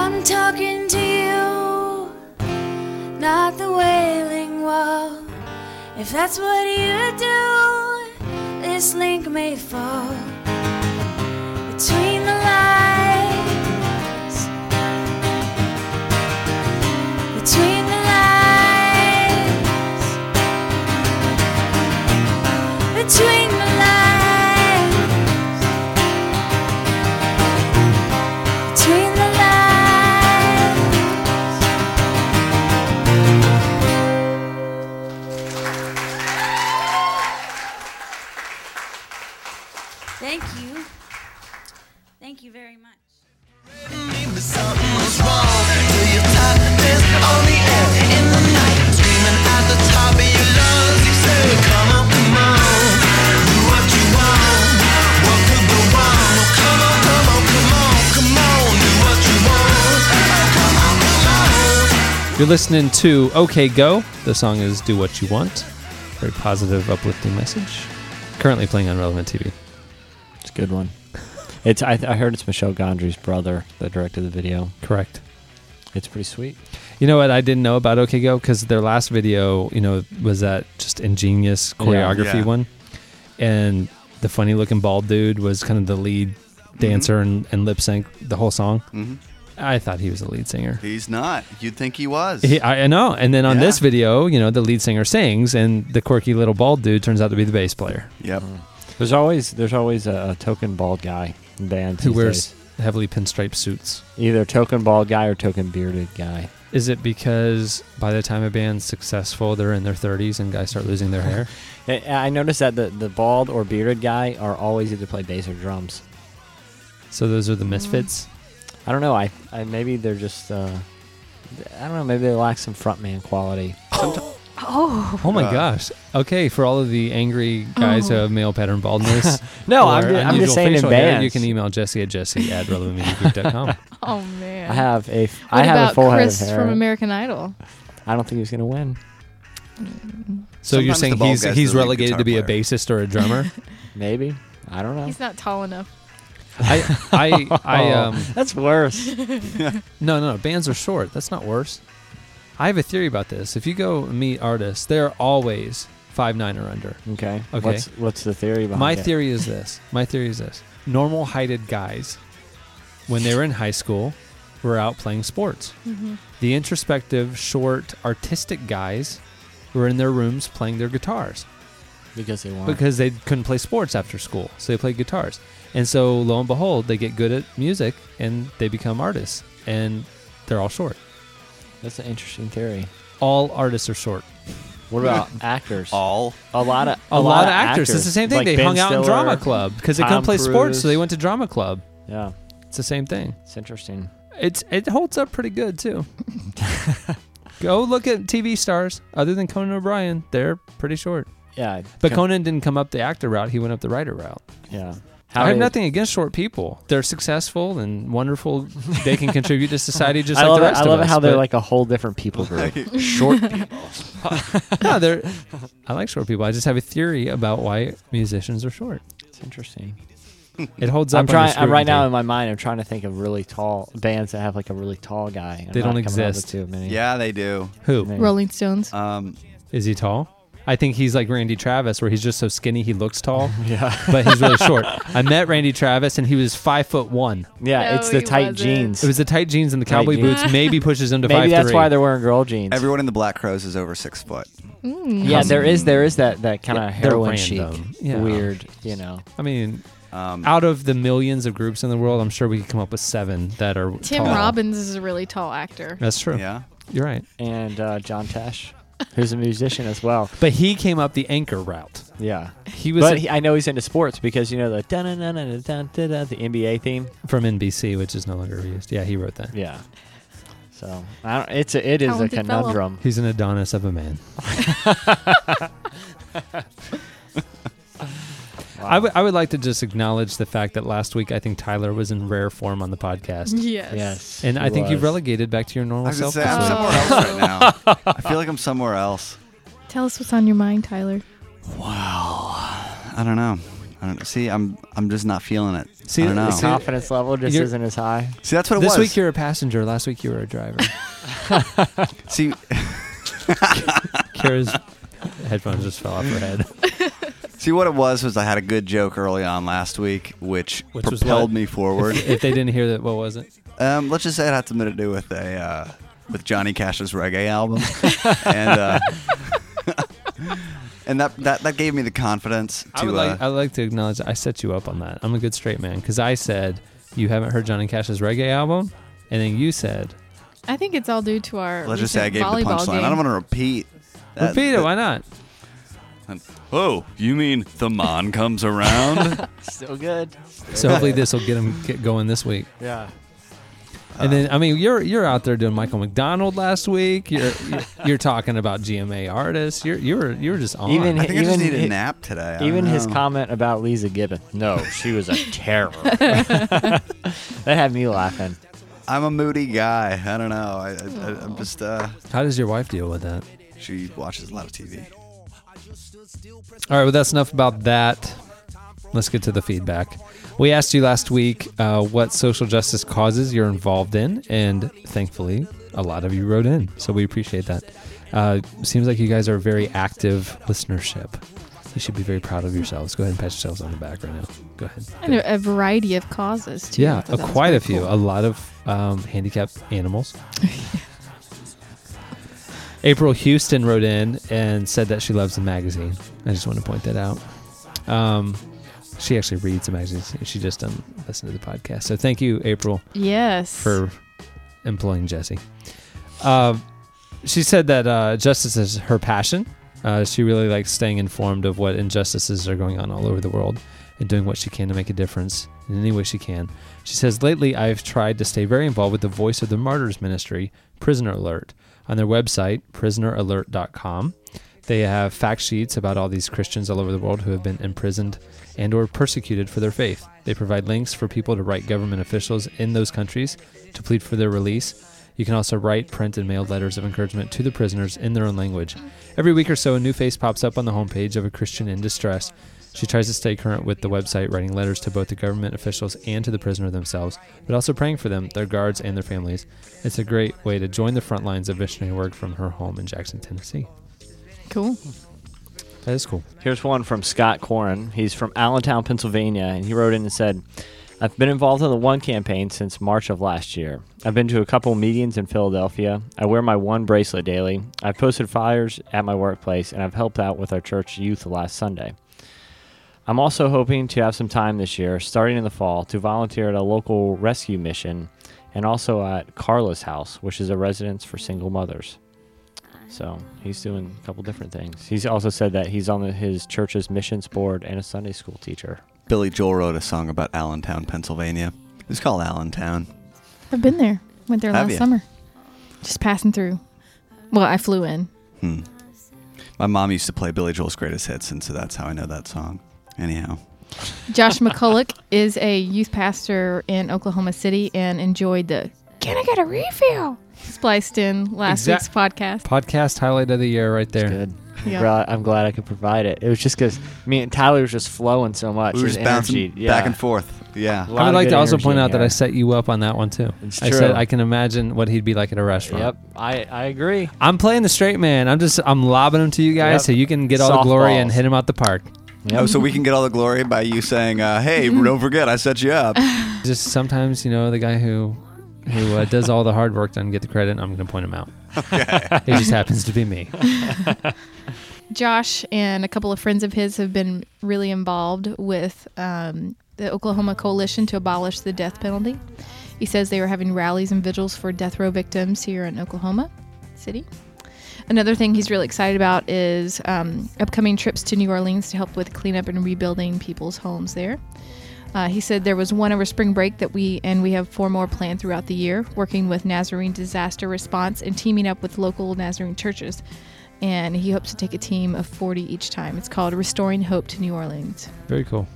Speaker 8: I'm talking to you, not the wailing wall. If that's what you do, this link may fall between the lines. Between the lines. Between the lines. Between the lines.
Speaker 9: Thank you. Thank you very much.
Speaker 3: You're listening to OK Go. The song is Do What You Want. Very positive, uplifting message. Currently playing on Relevant TV.
Speaker 6: It's a good one. It's I, I heard it's Michelle Gondry's brother that directed the video.
Speaker 3: Correct.
Speaker 6: It's pretty sweet.
Speaker 3: You know what I didn't know about OK Go because their last video, you know, was that just ingenious choreography
Speaker 5: Yeah.
Speaker 3: one, and the funny looking bald dude was kind of the lead
Speaker 5: Mm-hmm.
Speaker 3: dancer and, and lip sync the whole song.
Speaker 5: Mhm.
Speaker 3: I thought he was the lead singer.
Speaker 5: He's not. You'd think he was.
Speaker 3: He, I, I know. And then on
Speaker 5: Yeah.
Speaker 3: this video, you know, the lead singer sings, and the quirky little bald dude turns out to be the bass player
Speaker 5: yep.
Speaker 6: There's always there's always a, a token bald guy in bands
Speaker 3: who
Speaker 6: these
Speaker 3: wears
Speaker 6: days.
Speaker 3: heavily pinstripe suits.
Speaker 6: either token bald guy or token bearded guy.
Speaker 3: Is it because by the time a band's successful, they're in their 30s and guys start losing their hair?
Speaker 6: I, I noticed that the, the bald or bearded guy are always either play bass or drums.
Speaker 3: So those are the misfits.
Speaker 6: I don't know. I, I maybe they're just uh, I don't know. Maybe they lack some frontman quality.
Speaker 3: Oh my
Speaker 5: Uh,
Speaker 3: gosh. Okay, for all of the angry guys who have male pattern baldness.
Speaker 6: No, I'm
Speaker 3: or
Speaker 6: just, I'm
Speaker 3: unusual
Speaker 6: just saying in
Speaker 3: facial hair,
Speaker 6: bands.
Speaker 3: You can email Jesse at jesse at relevantmediagroup.com.
Speaker 4: Oh man.
Speaker 6: I have a f- I
Speaker 4: what
Speaker 6: have
Speaker 4: about
Speaker 6: a full
Speaker 4: Chris
Speaker 6: head of hair.
Speaker 4: from American Idol?
Speaker 6: I don't think he was gonna win.
Speaker 3: So
Speaker 5: Sometimes
Speaker 3: you're
Speaker 5: the
Speaker 3: saying
Speaker 5: bald
Speaker 3: he's
Speaker 5: guy's
Speaker 3: he's
Speaker 5: the lead
Speaker 3: relegated to be
Speaker 5: guitar player.
Speaker 3: a bassist or a drummer?
Speaker 6: Maybe I don't know.
Speaker 4: He's not tall enough.
Speaker 3: I I I
Speaker 6: Oh,
Speaker 3: um
Speaker 6: that's worse.
Speaker 3: No, no, no. Bands are short. That's not worse. I have a theory about this. If you go meet artists, they're always five nine or under.
Speaker 6: Okay.
Speaker 3: Okay.
Speaker 6: What's what's the theory behind
Speaker 3: My
Speaker 6: it?
Speaker 3: theory is this. My theory is this. Normal heighted guys, when they were in high school, were out playing sports. The introspective, short, artistic guys were in their rooms playing their guitars
Speaker 6: because they want
Speaker 3: because they couldn't play sports after school, so they played guitars. And so, lo and behold, they get good at music and they become artists. And they're all short.
Speaker 6: that's an interesting theory.
Speaker 3: All artists are short.
Speaker 6: What about actors?
Speaker 5: All.
Speaker 6: A lot of
Speaker 3: a, lot, of actors. It's the same thing.
Speaker 6: Like
Speaker 3: they
Speaker 6: Ben
Speaker 3: hung out in
Speaker 6: Stiller.
Speaker 3: drama club because they
Speaker 6: Tom
Speaker 3: couldn't play sports, so
Speaker 6: Cruise.
Speaker 3: they went to drama club.
Speaker 6: Yeah,
Speaker 3: It's the same thing.
Speaker 6: it's interesting.
Speaker 3: It's it holds up pretty good too. Go look at TV stars other than Conan O'Brien. They're pretty short.
Speaker 6: Yeah,
Speaker 3: But
Speaker 6: Con-
Speaker 3: Conan didn't come up the actor route. He went up the writer route.
Speaker 6: Yeah,
Speaker 3: I have
Speaker 6: did-
Speaker 3: nothing against short people. They're successful and wonderful. They can contribute to society just
Speaker 6: I
Speaker 3: like
Speaker 6: love,
Speaker 3: the
Speaker 6: it,
Speaker 3: rest
Speaker 6: I
Speaker 3: of
Speaker 6: love
Speaker 3: us.
Speaker 6: how they're
Speaker 3: but-
Speaker 6: like a whole different people group.
Speaker 5: Short people.
Speaker 3: no, they're. I like short people. I just have a theory about why musicians are short.
Speaker 6: it's interesting.
Speaker 3: It holds up.
Speaker 6: I'm
Speaker 3: under
Speaker 6: trying. I'm right now
Speaker 3: scrutiny.
Speaker 6: in my mind. I'm trying to think of really tall bands that have like a really tall guy. I'm
Speaker 3: They
Speaker 6: not
Speaker 3: don't
Speaker 6: coming up with
Speaker 3: exist.
Speaker 6: Too many.
Speaker 5: Yeah, they do.
Speaker 3: Who?
Speaker 6: Names.
Speaker 4: Rolling Stones.
Speaker 6: Uh,
Speaker 5: Um,
Speaker 3: Is he tall? I think he's like Randy Travis, where he's just so skinny he looks tall,
Speaker 6: Yeah.
Speaker 3: but he's really short. I met Randy Travis, and he was five foot one.
Speaker 6: Yeah.
Speaker 4: No,
Speaker 6: it's the
Speaker 4: he
Speaker 6: tight
Speaker 4: wasn't.
Speaker 6: jeans.
Speaker 3: It was the tight jeans and the cowboy
Speaker 6: jeans.
Speaker 3: boots. Maybe pushes him to
Speaker 6: Maybe
Speaker 3: five
Speaker 6: that's
Speaker 3: three.
Speaker 6: why they're wearing girl jeans.
Speaker 5: everyone in the Black Crows is over six foot.
Speaker 6: yeah, there is there is that that kind of
Speaker 3: Yeah, they're
Speaker 6: heroin chic,
Speaker 3: random. Yeah.
Speaker 6: weird. You know.
Speaker 3: I mean,
Speaker 5: Um,
Speaker 3: out of the millions of groups in the world, I'm sure we could come up with seven that are
Speaker 4: Tim
Speaker 3: tall.
Speaker 4: Robbins is a really tall actor.
Speaker 3: That's true.
Speaker 5: yeah.
Speaker 3: You're right.
Speaker 6: and uh, John Tesh, who's a musician as well.
Speaker 3: But he came up the anchor route.
Speaker 6: Yeah,
Speaker 3: He was
Speaker 6: but
Speaker 3: a-
Speaker 6: he, I know he's into sports because you know the dun dun dun dun dun dun dun, the NBA theme.
Speaker 3: from NBC, which is no longer used. Yeah, he wrote that.
Speaker 6: Yeah, So I don't, it's a, it is a
Speaker 4: Talented fellow.
Speaker 6: conundrum.
Speaker 3: He's an Adonis of a man. I would- I would like to just acknowledge the fact that last week I think Tyler was in rare form on the podcast.
Speaker 4: Yes.
Speaker 6: Yes,
Speaker 3: And I
Speaker 6: he
Speaker 3: think you
Speaker 6: was.
Speaker 3: relegated back to your normal
Speaker 5: I was gonna
Speaker 3: self.
Speaker 5: say
Speaker 3: this
Speaker 5: I'm
Speaker 3: week.
Speaker 5: somewhere else right now. I feel like I'm somewhere else.
Speaker 4: Tell us what's on your mind, Tyler.
Speaker 5: I don't know. I don't see. I'm I'm just not feeling it.
Speaker 3: See,
Speaker 5: I don't know.
Speaker 6: The confidence level just
Speaker 3: You're-
Speaker 6: isn't as high.
Speaker 5: See, that's what it
Speaker 3: This
Speaker 5: was.
Speaker 3: week you're a passenger. Last week you were a driver.
Speaker 5: see,
Speaker 3: Kara's headphones just fell off her head.
Speaker 5: see what it was was I had a good joke early on last week, which,
Speaker 3: Which was
Speaker 5: propelled
Speaker 3: what?
Speaker 5: me forward.
Speaker 3: If they didn't hear that, what was it?
Speaker 5: Um, let's just say it had something to do with a uh, with Johnny Cash's reggae album, and uh, and that, that that gave me the confidence to.
Speaker 3: I would like,
Speaker 5: uh,
Speaker 3: I'd like to acknowledge that I set you up on that. I'm a good straight man because I said you haven't heard Johnny Cash's reggae album, and then you said
Speaker 4: I think it's all due to our
Speaker 5: let's just
Speaker 4: recent
Speaker 5: say I gave the
Speaker 4: volleyball
Speaker 5: punchline.
Speaker 4: game.
Speaker 5: I don't want to repeat. that-
Speaker 3: repeat it. Why not?
Speaker 5: Oh, you mean the mon comes around?
Speaker 6: Still good.
Speaker 3: So hopefully this will get him get going this week.
Speaker 6: Yeah.
Speaker 3: And then I mean you're you're out there doing Michael McDonald last week. You're you're, you're talking about GMA artists. You're you were you were just on.
Speaker 6: Even
Speaker 5: I think I just
Speaker 6: Even
Speaker 5: need a
Speaker 6: hi-
Speaker 5: nap today. I
Speaker 6: Even
Speaker 5: don't
Speaker 6: his
Speaker 5: know.
Speaker 6: comment about Lisa Gibbon. No, she was a terror. that had me laughing.
Speaker 5: I'm a moody guy. I don't know. I, I, I, I'm just uh,
Speaker 3: How does your wife deal with that?
Speaker 5: she watches a lot of TV.
Speaker 3: All right, well, that's enough about that. Let's get to the feedback. We asked you last week uh, what social justice causes you're involved in, and thankfully, a lot of you wrote in, so we appreciate that. Uh, seems like you guys are a very active listenership. You should be very proud of yourselves. Go ahead and pat yourselves on the back right now. Go ahead.
Speaker 4: And a a variety of causes too.
Speaker 3: Yeah,
Speaker 4: So
Speaker 3: uh,
Speaker 4: that's
Speaker 3: quite a
Speaker 4: really
Speaker 3: few.
Speaker 4: cool.
Speaker 3: A lot of um, handicapped animals. April Houston wrote in and said that she loves the magazine. I just want to point that out. Um, she actually reads the magazine. She just doesn't listen to the podcast. So thank you, April,
Speaker 4: Yes.
Speaker 3: for employing Jesse. Uh, she said that uh, justice is her passion. Uh, she really likes staying informed of what injustices are going on all over the world and doing what she can to make a difference in any way she can. She says, Lately, I've tried to stay very involved with the Voice of the Martyrs Ministry, Prisoner Alert, on their website, prisoneralert.com. They have fact sheets about all these Christians all over the world who have been imprisoned and or persecuted for their faith. They provide links for people to write government officials in those countries to plead for their release. You can also write, print, and mail letters of encouragement to the prisoners in their own language. Every week or so, a new face pops up on the homepage of a Christian in distress. She tries to stay current with the website, writing letters to both the government officials and to the prisoner themselves, but also praying for them, their guards, and their families. It's a great way to join the front lines of missionary work from her home in Jackson, Tennessee.
Speaker 4: cool.
Speaker 3: That is cool.
Speaker 6: Here's one from Scott Corin. He's from Allentown, Pennsylvania, and he wrote in and said, I've been involved in the One campaign since March of last year. I've been to a couple meetings in Philadelphia. I wear my One bracelet daily. I've posted flyers at my workplace, and I've helped out with our church youth last Sunday. I'm also hoping to have some time this year, starting in the fall, to volunteer at a local rescue mission and also at Carla's House, which is a residence for single mothers. So he's doing a couple different things. He's also said that he's on the, his church's missions board and a Sunday school teacher.
Speaker 5: Billy Joel wrote a song about Allentown, Pennsylvania. It's called Allentown.
Speaker 4: I've been there. Went there
Speaker 5: Have
Speaker 4: last
Speaker 5: ya?
Speaker 4: summer. Just passing through. Well, I flew in.
Speaker 5: Hmm. My mom used to play Billy Joel's greatest hits, and so that's how I know that song. Anyhow,
Speaker 4: Josh McCulloch is a youth pastor in Oklahoma City and enjoyed the "Can I get a refill?" spliced in last
Speaker 3: Exact-
Speaker 4: week's podcast.
Speaker 3: Podcast highlight of the year, right there.
Speaker 6: Good. I'm
Speaker 4: Yeah.
Speaker 6: glad- I'm glad I could provide it. It was just because me and Tyler was just flowing so much.
Speaker 5: we were
Speaker 6: His
Speaker 5: just bouncing
Speaker 6: energy, yeah.
Speaker 5: back and forth. Yeah.
Speaker 6: Lot
Speaker 3: I would
Speaker 6: of
Speaker 3: like
Speaker 6: good
Speaker 3: to also
Speaker 6: energy
Speaker 3: point
Speaker 6: in
Speaker 3: out that I
Speaker 6: here.
Speaker 3: set you up on that one too.
Speaker 6: It's
Speaker 3: I said
Speaker 6: true.
Speaker 3: I can imagine what he'd be like at a restaurant.
Speaker 6: Yep, I, I agree.
Speaker 3: I'm playing the straight man. I'm just I'm lobbing them to you guys
Speaker 6: Yep.
Speaker 3: so you can get all the glory and
Speaker 6: Softballs.
Speaker 3: hit them out the park.
Speaker 5: Oh, so we can get all the glory by you saying, uh, "Hey, don't forget, I set you up."
Speaker 3: Just sometimes you know the guy who who uh, does all the hard work doesn't get the credit. I'm going to point him out. it just happens to be me.
Speaker 4: Josh and a couple of friends of his have been really involved with um, the Oklahoma Coalition to Abolish the Death Penalty. He says they were having rallies and vigils for death row victims here in Oklahoma City. Another thing he's really excited about is um, upcoming trips to New Orleans to help with cleanup and rebuilding people's homes there. Uh, he said there was one over spring break that we and we have four more planned throughout the year, working with Nazarene Disaster Response and teaming up with local Nazarene churches. And he hopes to take a team of 40 each time. It's called Restoring Hope to New Orleans.
Speaker 3: Very cool.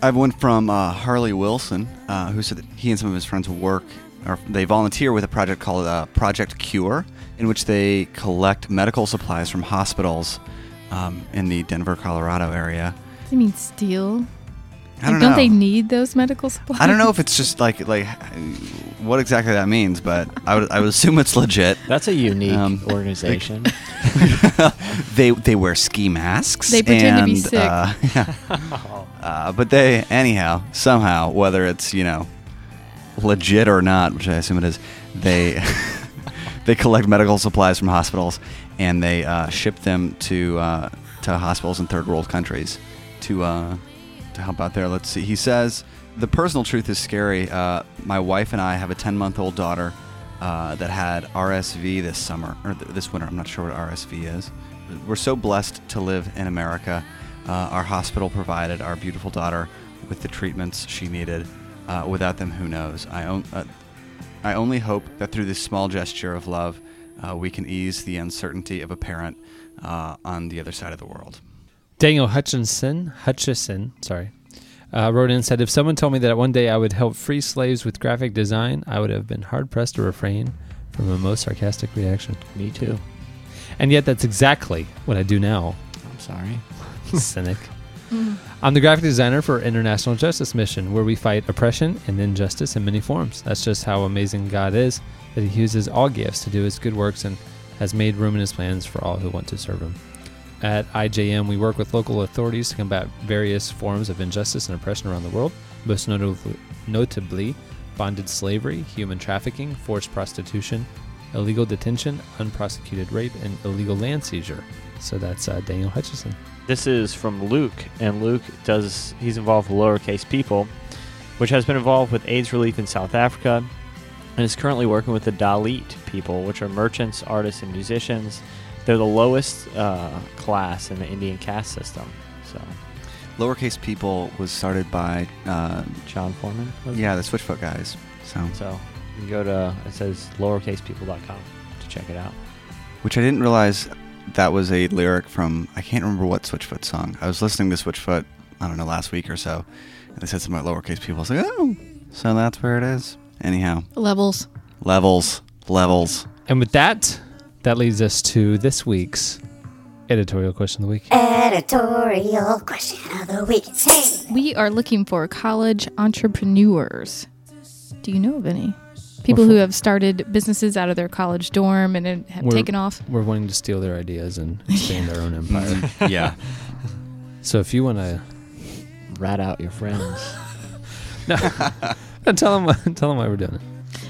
Speaker 5: I have one from uh, Harley Wilson, uh, who said that he and some of his friends work, or they volunteer with a project called uh, Project Cure, in which they collect medical supplies from hospitals um, in the Denver, Colorado area.
Speaker 4: You mean steal?
Speaker 5: I don't,
Speaker 4: don't
Speaker 5: know.
Speaker 4: they need those medical supplies?
Speaker 5: I don't know if it's just like like what exactly that means, but I would I would assume it's legit.
Speaker 6: That's a unique
Speaker 5: Um,
Speaker 6: organization.
Speaker 5: they they wear ski masks.
Speaker 4: They pretend to be
Speaker 5: and,
Speaker 4: sick.
Speaker 5: Uh, yeah. Uh, but they anyhow somehow whether it's you know legit or not, which I assume it is, they they collect medical supplies from hospitals and they uh, ship them to uh, to hospitals in third world countries to uh, to help out there. Let's see. He says the personal truth is scary. Uh, my wife and I have a 10 month old daughter uh, that had RSV this summer or th- this winter. I'm not sure what RSV is. We're so blessed to live in America. Uh, our hospital provided our beautiful daughter with the treatments she needed. Uh, without them, who knows? I own. Uh, I only hope that through this small gesture of love, uh, we can ease the uncertainty of a parent uh, on the other side of the world.
Speaker 3: Daniel Hutchinson, Hutchison, sorry, uh, wrote in and said, If someone told me that one day I would help free slaves with graphic design, I would have been hard pressed to refrain from a most sarcastic reaction.
Speaker 6: Me too.
Speaker 3: And yet, that's exactly what I do now.
Speaker 6: I'm sorry.
Speaker 3: Cynic. I'm the graphic designer for International Justice Mission, where we fight oppression and injustice in many forms. That's just how amazing God is, that He uses all gifts to do His good works and has made room in His plans for all who want to serve Him. At IJM, we work with local authorities to combat various forms of injustice and oppression around the world, most notably, notably bonded slavery, human trafficking, forced prostitution, illegal detention, unprosecuted rape, and illegal land seizure. So that's uh, Daniel Hutchison.
Speaker 6: This is from Luke, and Luke does he's involved with lowercase people, which has been involved with AIDS relief in South Africa, and is currently working with the Dalit people, which are merchants, artists, and musicians. They're the lowest uh, class in the Indian caste system. So
Speaker 5: Lowercase People was started by, uh,
Speaker 6: John Foreman. was it?
Speaker 5: yeah, the Switchfoot guys. So,
Speaker 6: So you can go to it says lowercasepeople.com to check it out.
Speaker 5: which I didn't realize that was a lyric from I can't remember what Switchfoot song. I was listening to Switchfoot, I don't know, last week or so, and they said something about Lowercase People. I was like, oh, so that's where it is. Anyhow,
Speaker 4: Levels.
Speaker 5: levels, levels.
Speaker 3: And with that, that leads us to this week's editorial question of the week.
Speaker 10: Editorial question of the week. Hey,
Speaker 4: We are looking for college entrepreneurs. Do you know of any? People who have started businesses out of their college dorm and it have
Speaker 3: We're-
Speaker 4: taken off.
Speaker 3: We're wanting to steal their ideas and expand their own empire.
Speaker 5: yeah.
Speaker 3: So if you want to
Speaker 6: Rat out your friends.
Speaker 3: tell them, tell them why we're doing it.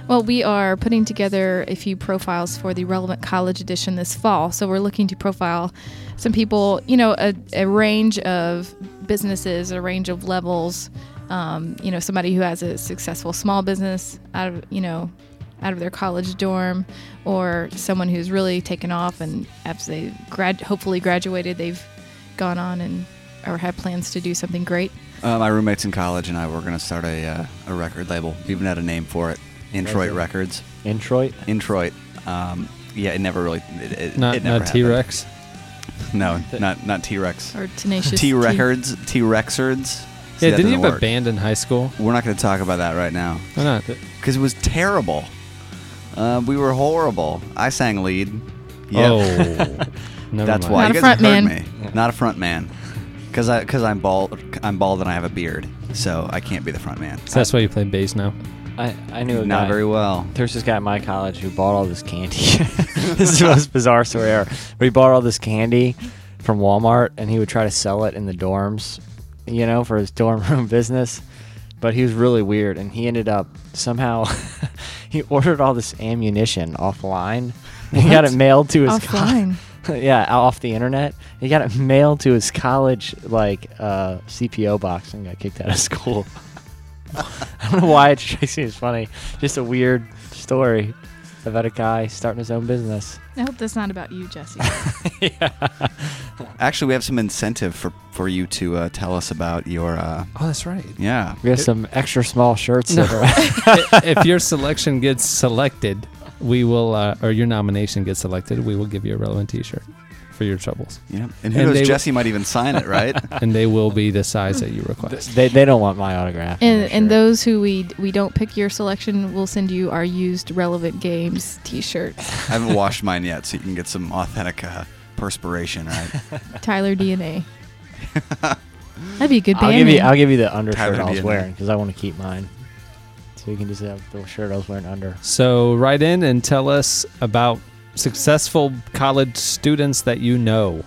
Speaker 4: Well, we are putting together a few profiles for the relevant college edition this fall. So we're looking to profile some people, you know, a, a range of businesses, a range of levels. Um, you know, somebody who has a successful small business out of, you know, out of their college dorm, or someone who's really taken off and after they grad, hopefully graduated, they've gone on and or have plans to do something great.
Speaker 5: Uh, my roommates in college and I were going to start a, uh, a record label. We even had a name for it Introit Records.
Speaker 6: Introit.
Speaker 5: Introit. Um, yeah, it never really. It, it,
Speaker 3: Not
Speaker 5: it never
Speaker 3: not T Rex.
Speaker 5: happened. No, not not T Rex.
Speaker 4: Or tenacious
Speaker 5: T
Speaker 4: T.
Speaker 5: Records. T Rexards.
Speaker 3: Yeah, didn't you have a band in high school?
Speaker 5: We're not going to talk about that right now
Speaker 3: Why not?
Speaker 5: because it was terrible. Uh, we were horrible. I sang lead. Yeah,
Speaker 3: Oh, never
Speaker 5: that's
Speaker 3: mind.
Speaker 5: why
Speaker 4: Not
Speaker 5: you
Speaker 4: a
Speaker 5: guys
Speaker 4: front
Speaker 5: heard
Speaker 4: man.
Speaker 5: me. Not a front man. Because I because I'm bald. I'm bald and I have a beard, so I can't be the front man.
Speaker 3: So that's why you play bass now.
Speaker 6: I, I knew a
Speaker 5: Not
Speaker 6: guy-
Speaker 5: very well.
Speaker 6: There's this guy at my college who bought all this candy. this is the most bizarre story ever. But he bought all this candy from Walmart and he would try to sell it in the dorms, you know, for his dorm room business. But he was really weird and he ended up somehow he ordered all this ammunition offline. and He got it mailed to his co-
Speaker 4: Offline.
Speaker 6: yeah, off the internet. He got it mailed to his college like uh, CPO box and got kicked out of school. I don't know why it strikes me as funny. Just a weird story about a guy starting his own business.
Speaker 4: I hope that's not about you, Jesse.
Speaker 5: Actually, we have some incentive for, for you to uh, tell us about your. Uh,
Speaker 3: Oh, that's right.
Speaker 5: yeah.
Speaker 6: We have some extra small shirts. that are-
Speaker 3: I- if your selection gets selected, we will, uh, or your nomination gets selected, we will give you a relevant T-shirt for your troubles,
Speaker 5: Yeah. And who
Speaker 3: And they
Speaker 5: knows?
Speaker 3: w-
Speaker 5: Jesse might even sign it, right?
Speaker 3: and they will be the size that you request.
Speaker 6: they, they don't want my autograph. on
Speaker 4: and
Speaker 6: their
Speaker 4: and
Speaker 6: shirt.
Speaker 4: those who we we don't pick your selection, we'll send you our used relevant games T-shirts.
Speaker 5: I haven't washed mine yet, so you can get some authentic uh, perspiration, right?
Speaker 4: Tyler DNA. That'd be a good band.
Speaker 6: I'll give you
Speaker 4: name.
Speaker 6: I'll give you the undershirt
Speaker 5: Tyler
Speaker 6: I was
Speaker 5: Dean.
Speaker 6: wearing because I want to keep mine. So you can just have the shirt I was wearing under.
Speaker 3: So write in and tell us about successful college students that you know,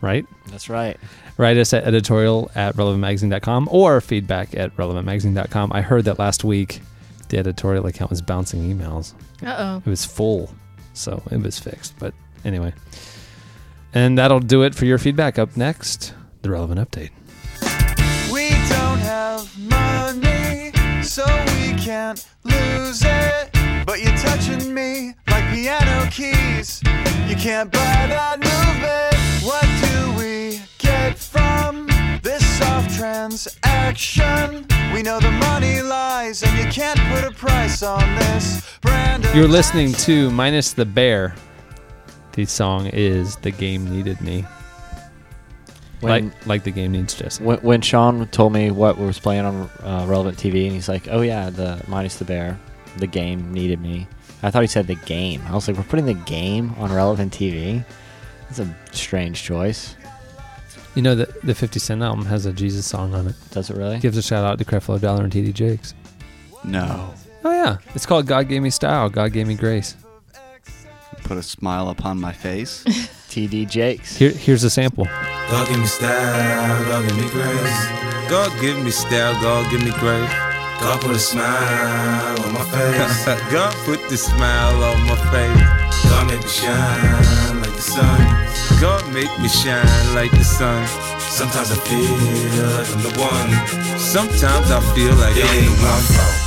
Speaker 3: right?
Speaker 6: That's right.
Speaker 3: Write us at editorial at relevantmagazine.com or feedback at relevantmagazine.com. I heard that last week the editorial account was bouncing emails.
Speaker 4: Uh
Speaker 3: It was full, so it was fixed. But anyway, and that'll do it for your feedback. Up next, the relevant update.
Speaker 2: We don't have money, so we can't lose it. But you're touching me like piano keys. You can't buy that movement. What do we get from this soft transaction? We know the money lies, and you can't put a price on this brand. of
Speaker 3: You're listening to Minus the Bear. The song is The Game Needed Me.
Speaker 6: When,
Speaker 3: like, like the game needs Jesse.
Speaker 6: when when Sean told me what was playing on uh, relevant TV, and he's like, "Oh yeah, the minus the bear, the game needed me." I thought he said the game. I was like, "We're putting the game on relevant TV." That's a strange choice.
Speaker 3: You know, the, the 50 Cent album has a Jesus song on it.
Speaker 6: Does it really?
Speaker 3: Gives a shout out to Creflo Dollar and TD Jakes.
Speaker 5: No.
Speaker 3: Oh, yeah. It's called God Gave Me Style, God Gave Me Grace.
Speaker 5: Put a smile upon my face.
Speaker 6: TD Jakes.
Speaker 3: Here, here's a sample.
Speaker 8: God give me style, God give me grace. God give me style, God give me grace. God put a smile on my face. God put the smile on my face. God make me shine like the sun. God make me shine like the sun. Sometimes I feel like I'm the one. Sometimes I feel like it ain't my fault.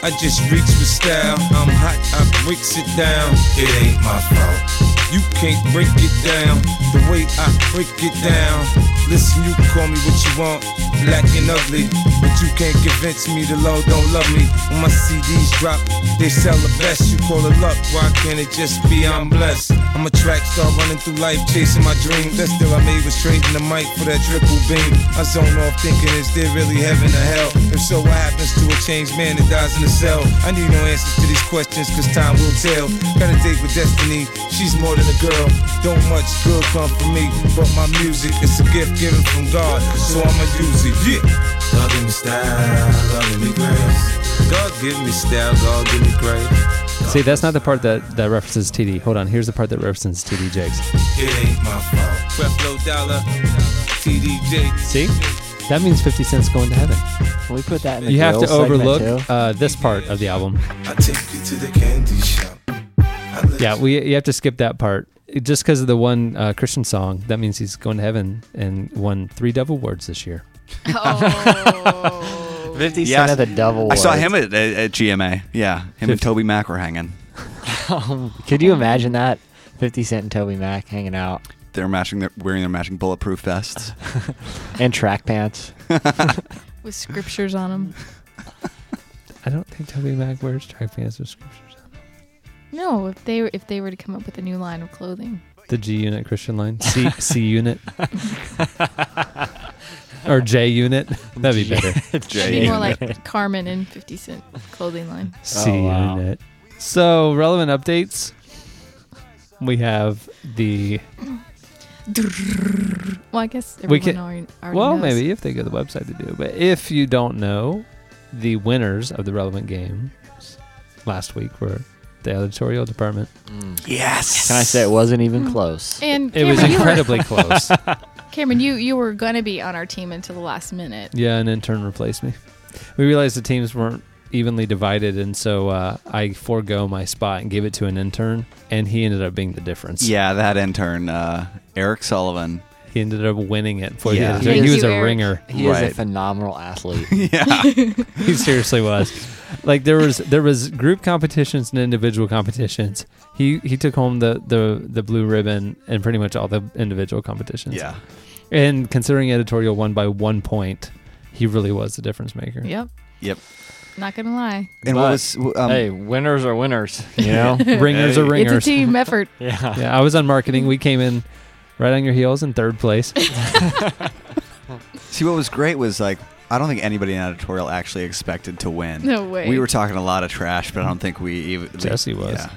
Speaker 8: I just reach with style. I'm hot, I breaks it down. It ain't my fault. You can't break it down the way I break it down. Listen, you call me what you want, black and ugly, but you can't convince me the law don't love me. When my CDs drop, they sell the best. You call it luck, why can't it just be I'm blessed? I'm a track star running through life, chasing my dream. That's still I made was trading the mic for that triple beam. I zone off thinking is there really heaven or hell? If so, what happens to a changed man that dies in a cell? I need no answers to these questions, cause time will tell. Got a date with destiny, she's more than a girl. Don't much good come from me, but my music is a gift given from God, so I'ma use it. Yeah. God give me style, God give me grace. God give me style, God give me grace.
Speaker 3: See, that's not the part that, that references TD. Hold on. Here's the part that references TD Jakes.
Speaker 8: It ain't my fault. Creflo Dollar, TDJ.
Speaker 3: See? That means 50 Cent's going to heaven.
Speaker 6: Can we put that in the
Speaker 3: You have to
Speaker 6: grill segment,
Speaker 3: overlook
Speaker 6: too?
Speaker 3: uh, this part of the album.
Speaker 8: I take you to the candy shop. I let
Speaker 3: Yeah, we you have to skip that part It- just because of the one uh, Christian song. That means he's going to heaven and won three Dove awards this year.
Speaker 4: oh. Oh.
Speaker 6: 50
Speaker 5: Yeah,
Speaker 6: Cent of the double.
Speaker 5: I saw
Speaker 6: Wars.
Speaker 5: him at, at, at GMA. Yeah. Him and Toby Mac were hanging.
Speaker 6: Could you imagine that? 50 Cent and Toby Mac hanging out
Speaker 5: They're matching. Their, wearing their matching bulletproof vests.
Speaker 6: in track pants.
Speaker 4: With scriptures on them.
Speaker 3: I don't think Toby Mac wears track pants or scriptures.
Speaker 4: No, if they were if they were to come up with a new line of clothing,
Speaker 3: The G Unit Christian line, C C Unit, or J Unit. That'd be better.
Speaker 4: it'd
Speaker 5: Jay.
Speaker 4: be more like Carmen and Fifty Cent clothing line.
Speaker 3: C
Speaker 6: Oh, wow.
Speaker 3: Unit. So relevant updates. We have the
Speaker 4: Well, I guess everyone
Speaker 3: We can-
Speaker 4: already, already
Speaker 3: well,
Speaker 4: knows.
Speaker 3: maybe if they go to the website, they do. But if you don't know, the winners of the relevant games last week were the editorial department.
Speaker 5: yes.
Speaker 6: Can I say it wasn't even close?
Speaker 4: And
Speaker 3: It
Speaker 4: Cameron,
Speaker 3: was
Speaker 4: you were,
Speaker 3: incredibly close.
Speaker 4: Cameron, you you were gonna be on our team until the last minute.
Speaker 3: Yeah, an intern replaced me. We realized the teams weren't evenly divided, and so uh, I forego my spot and gave it to an intern, and he ended up being the difference.
Speaker 5: Yeah, that intern, uh, Eric Sullivan.
Speaker 3: he ended up winning it for
Speaker 5: Yeah.
Speaker 3: the editorial.
Speaker 4: He
Speaker 3: He
Speaker 4: is-
Speaker 3: was a
Speaker 4: Eric.
Speaker 3: ringer.
Speaker 6: He is a
Speaker 5: Right.
Speaker 6: phenomenal athlete.
Speaker 5: Yeah.
Speaker 3: He seriously was. like there was there was group competitions and individual competitions. He he took home the the the blue ribbon and pretty much all the individual competitions.
Speaker 5: Yeah.
Speaker 3: And considering editorial won by one point, he really was the difference maker.
Speaker 4: Yep.
Speaker 5: Yep.
Speaker 4: Not gonna lie.
Speaker 5: And what was um,
Speaker 6: hey, winners are winners. You know,
Speaker 3: Ringers are ringers.
Speaker 4: It's a team effort.
Speaker 6: Yeah.
Speaker 3: Yeah, I was on marketing. We came in right on your heels in third place.
Speaker 5: See, what was great was like I don't think anybody in editorial actually expected to win.
Speaker 4: No way.
Speaker 5: We were talking a lot of trash, but I don't think we even
Speaker 3: Jesse was.
Speaker 5: Yeah,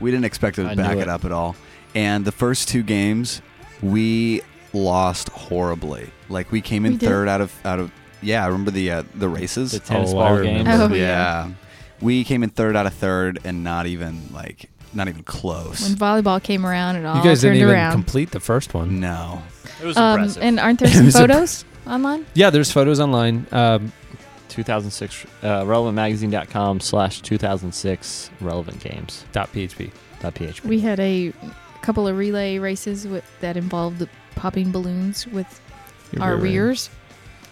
Speaker 5: we didn't expect to
Speaker 6: I
Speaker 5: back
Speaker 6: knew
Speaker 5: it.
Speaker 6: it.
Speaker 5: up at all. And the first two games, we lost horribly. Like we came in
Speaker 4: We did.
Speaker 5: third out of out of yeah. I remember the uh, the races.
Speaker 6: the tennis
Speaker 3: I
Speaker 6: ball
Speaker 3: remember.
Speaker 6: game.
Speaker 4: Oh,
Speaker 5: yeah. We came in third out of third, and not even like not even close.
Speaker 4: When volleyball came around, it all
Speaker 3: you guys
Speaker 4: turned
Speaker 3: didn't even
Speaker 4: around.
Speaker 3: complete the first one.
Speaker 5: no.
Speaker 6: It was
Speaker 4: um,
Speaker 6: impressive.
Speaker 4: and aren't there
Speaker 5: It
Speaker 4: some
Speaker 5: was
Speaker 4: photos online?
Speaker 3: Yeah, there's photos online. Um,
Speaker 6: 2006 uh, relevantmagazine.com slash 2006 relevant games
Speaker 3: dot PHP.
Speaker 6: dot php.
Speaker 4: We had a couple of relay races with, that involved popping balloons with
Speaker 3: Your rear
Speaker 4: our
Speaker 3: end.
Speaker 4: rears.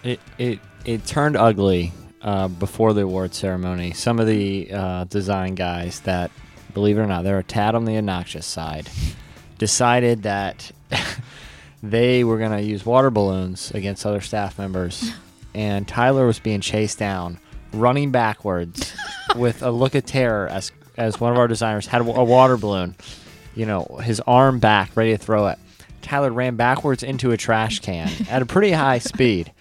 Speaker 6: It it it turned ugly uh, before the award ceremony. Some of the uh, design guys that, believe it or not, they're a tad on the obnoxious side, decided that they were going to use water balloons against other staff members, and Tyler was being chased down, running backwards, with a look of terror as as one of our designers had a wa- a water balloon, you know, his arm back, ready to throw it. Tyler ran backwards into a trash can at a pretty high speed,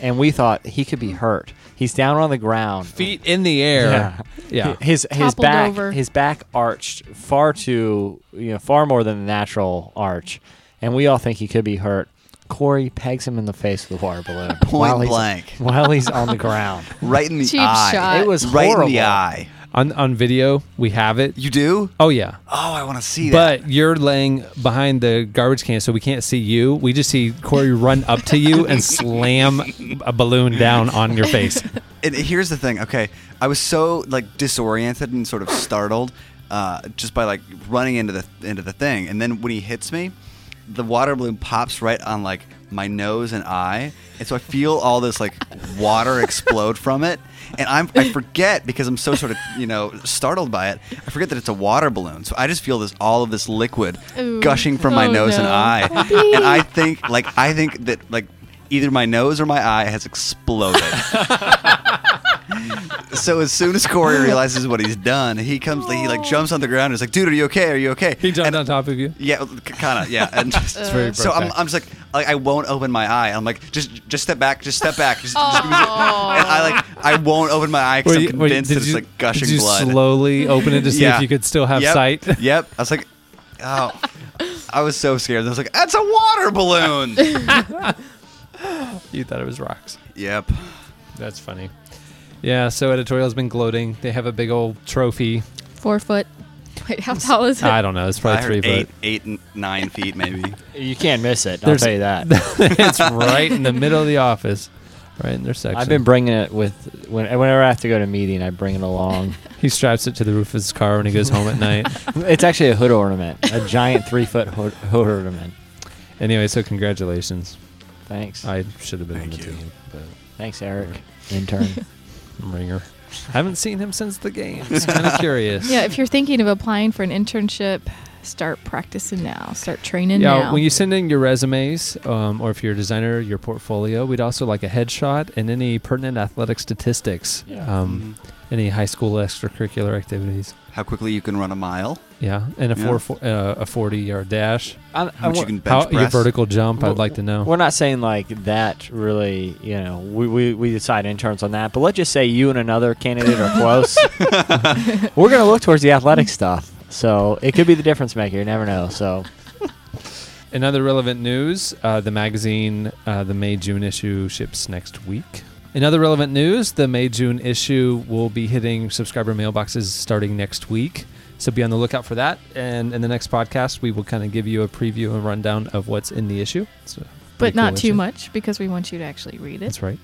Speaker 6: and we thought he could be hurt. He's down on the ground,
Speaker 3: Feet in the air.
Speaker 6: Yeah.
Speaker 3: Yeah.
Speaker 6: his his
Speaker 4: Toppled
Speaker 6: back
Speaker 4: over.
Speaker 6: his back arched far too you know far more than the natural arch, and we all think he could be hurt. Corey pegs him in the face with a water balloon, while
Speaker 5: Point
Speaker 6: he's-
Speaker 5: blank,
Speaker 6: while he's on the ground.
Speaker 5: right in the
Speaker 4: Cheap
Speaker 5: eye.
Speaker 4: shot.
Speaker 6: It was
Speaker 5: right
Speaker 6: horrible.
Speaker 5: in the eye.
Speaker 3: On on video, we have it.
Speaker 5: You do?
Speaker 3: Oh yeah.
Speaker 5: Oh, I want to see that.
Speaker 3: But you're laying behind the garbage can, so we can't see you. We just see Corey run up to you and slam a balloon down on your face.
Speaker 5: and here's the thing okay i was so like disoriented and sort of startled uh, just by like running into the into the thing and then when he hits me the water balloon pops right on like my nose and eye and so i feel all this like water explode from it and i'm i forget because i'm so sort of you know startled by it i forget that it's a water balloon so i just feel this all of this liquid
Speaker 4: Ooh.
Speaker 5: gushing from my
Speaker 4: Oh,
Speaker 5: nose and
Speaker 4: no.
Speaker 5: eye and i think like i think that like either my nose or my eye has exploded so as soon as Corey realizes what he's done, he comes, he like jumps on the ground and is like, "Dude, are you okay? Are you okay?"
Speaker 3: He jumped
Speaker 5: and,
Speaker 3: on top of you.
Speaker 5: Yeah, kind of. Yeah, and just,
Speaker 3: very
Speaker 5: so I'm,
Speaker 3: perfect.
Speaker 5: I'm just like, like, I won't open my eye. I'm like, just, just step back, just step back. Just, just, and I like, I won't open my eye because I'm
Speaker 3: were
Speaker 5: convinced
Speaker 3: did
Speaker 5: that it's
Speaker 3: you-
Speaker 5: like gushing
Speaker 3: did you
Speaker 5: blood.
Speaker 3: slowly open it to see
Speaker 5: Yeah.
Speaker 3: if you could still have
Speaker 5: yep,
Speaker 3: sight?
Speaker 5: Yep. I was like, oh, I was so scared. I was like, that's a water balloon.
Speaker 3: You thought it was rocks.
Speaker 5: yep.
Speaker 3: That's funny. Yeah, so editorial's been gloating. They have a big old trophy.
Speaker 4: Four foot. Wait, how tall is it?
Speaker 3: I don't know. It's
Speaker 5: I
Speaker 3: probably
Speaker 5: heard
Speaker 3: three
Speaker 5: eight,
Speaker 3: foot.
Speaker 5: eight, and nine feet maybe.
Speaker 6: You can't miss it.
Speaker 3: There's-
Speaker 6: I'll tell you that.
Speaker 3: it's right in the middle of the office, right in their section.
Speaker 6: I've been bringing it with when, whenever I have to go to a meeting. I bring it along.
Speaker 3: he straps it to the roof of his car when he goes home at night.
Speaker 6: it's actually a hood ornament, a giant three foot hood, hood ornament.
Speaker 3: Anyway, so congratulations.
Speaker 6: Thanks.
Speaker 3: I should have been on
Speaker 5: Thank
Speaker 3: the
Speaker 5: you.
Speaker 3: team, but
Speaker 6: Thanks, Eric, intern.
Speaker 3: ringer. haven't seen him since the games. Kind of curious.
Speaker 4: Yeah, if you're thinking of applying for an internship, start practicing now. Start training
Speaker 3: Yeah,
Speaker 4: now.
Speaker 3: when you send in your resumes, um, or if you're a designer, your portfolio, we'd also like a headshot and any pertinent athletic statistics,
Speaker 6: Yeah.
Speaker 3: um,
Speaker 5: Mm-hmm.
Speaker 3: any high school extracurricular activities.
Speaker 5: How quickly you can run a mile?
Speaker 3: Yeah, and a
Speaker 5: Yeah.
Speaker 3: four, fo- uh, a forty yard dash.
Speaker 6: I'm,
Speaker 5: How much
Speaker 6: wa-
Speaker 5: you can bench
Speaker 3: How, your
Speaker 5: press?
Speaker 3: vertical jump, I'd
Speaker 6: Well,
Speaker 3: like to know.
Speaker 6: We're not saying like that really, you know, we, we, we decide interns on that, but let's just say you and another candidate are close. We're going to look towards the athletic stuff. So it could be the difference maker. You never know. So
Speaker 3: In other relevant news, uh, the magazine, uh, the May June issue ships next week. In other relevant news, the May June issue will be hitting subscriber mailboxes starting next week. So be on the lookout for that. And in the next podcast, we will kind of give you a preview and rundown of what's in the issue. It's a
Speaker 4: but
Speaker 3: pretty
Speaker 4: not
Speaker 3: cool
Speaker 4: too
Speaker 3: issue.
Speaker 4: much because we want you to actually read it.
Speaker 3: That's right.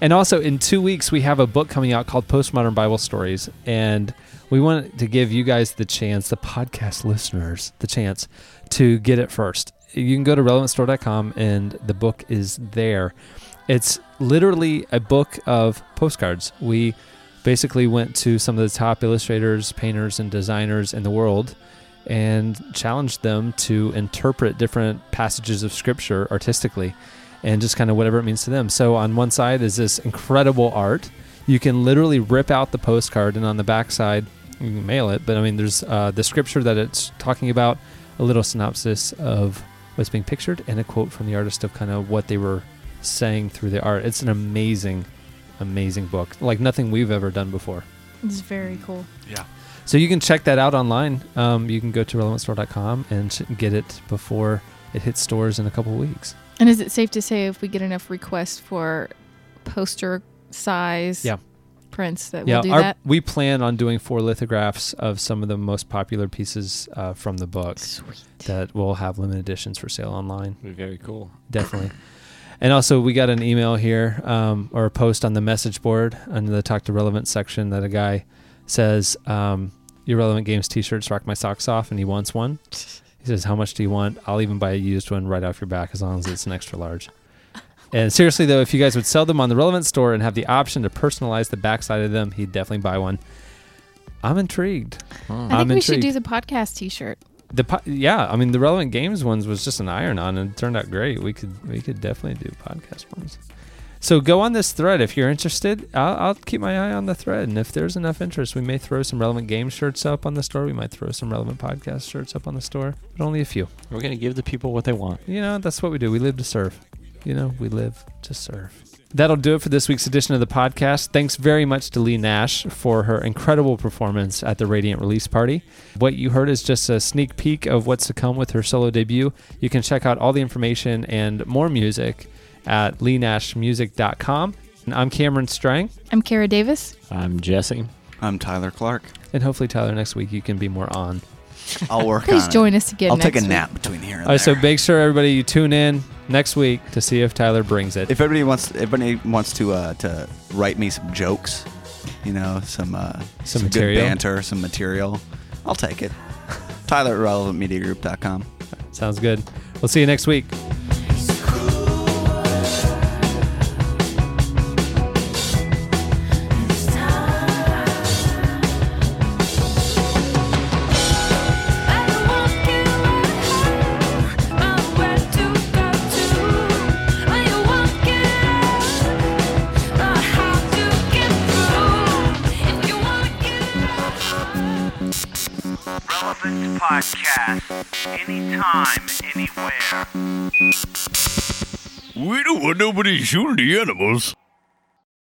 Speaker 3: And also, in two weeks, we have a book coming out called Postmodern Bible Stories. And we want to give you guys the chance, the podcast listeners, the chance to get it first. You can go to relevantstore.com, and the book is there. It's literally a book of postcards. We basically went to some of the top illustrators, painters, and designers in the world and challenged them to interpret different passages of scripture artistically and just kind of whatever it means to them. So on one side is this incredible art. You can literally rip out the postcard and on the back side you can mail it, but I mean there's uh, the scripture that it's talking about, a little synopsis of what's being pictured and a quote from the artist of kind of what they were saying through the art. It's an amazing amazing book. Like nothing we've ever done before.
Speaker 4: It's very cool.
Speaker 5: Yeah.
Speaker 3: So you can check that out online. Um, you can go to relevantstore.com and sh- get it before it hits stores in a couple weeks.
Speaker 4: And is it safe to say if we get enough requests for poster size
Speaker 3: Yeah.
Speaker 4: prints that
Speaker 3: yeah,
Speaker 4: we'll do
Speaker 3: our-
Speaker 4: that?
Speaker 3: we plan on doing four lithographs of some of the most popular pieces uh, from the book that will have limited editions for sale online.
Speaker 6: Very cool.
Speaker 3: Definitely. And also, we got an email here um, or a post on the message board under the Talk to Relevant section that a guy says, um, Your Relevant Games t shirts rock my socks off, and he wants one. He says, How much do you want? I'll even buy a used one right off your back as long as it's an extra large. And seriously, though, if you guys would sell them on the Relevant store and have the option to personalize the backside of them, he'd definitely buy one. I'm intrigued.
Speaker 4: I
Speaker 3: I'm
Speaker 4: think we should
Speaker 3: intrigued.
Speaker 4: do the podcast T-shirt.
Speaker 3: The po- yeah, I mean the relevant games ones was just an iron on and it turned out great. We could we could definitely do podcast ones. So go on this thread if you're interested. I'll, I'll keep my eye on the thread, and if there's enough interest, we may throw some relevant game shirts up on the store. We might throw some relevant podcast shirts up on the store, but only a few.
Speaker 6: We're gonna give the people what they want.
Speaker 3: You know that's what we do. We live to serve. You know we live to serve. That'll do it for this week's edition of the podcast. Thanks very much to Lee Nash for her incredible performance at the Radiant release party. What you heard is just a sneak peek of what's to come with her solo debut. You can check out all the information and more music at leenashmusic.com. And I'm Cameron Strang,
Speaker 4: I'm Kara Davis.
Speaker 6: I'm Jesse.
Speaker 5: I'm Tyler Clark.
Speaker 3: and hopefully, Tyler, next week you can be more on.
Speaker 5: I'll work
Speaker 4: Please
Speaker 5: on it.
Speaker 4: join us again
Speaker 5: I'll
Speaker 4: next
Speaker 5: take a
Speaker 4: week.
Speaker 5: nap between here and
Speaker 3: All right, so
Speaker 5: there.
Speaker 3: make sure everybody you tune in next week to see if Tyler brings it.
Speaker 5: if everybody wants, if anybody wants to uh, to write me some jokes, you know, some uh,
Speaker 3: Some
Speaker 5: good
Speaker 3: material.
Speaker 5: banter, some material, I'll take it. Tyler at relevantmediagroup.com.
Speaker 3: Sounds good. We'll see you next week.
Speaker 1: Relevant Podcast. Anytime, anywhere.
Speaker 11: We don't want nobody shooting the animals.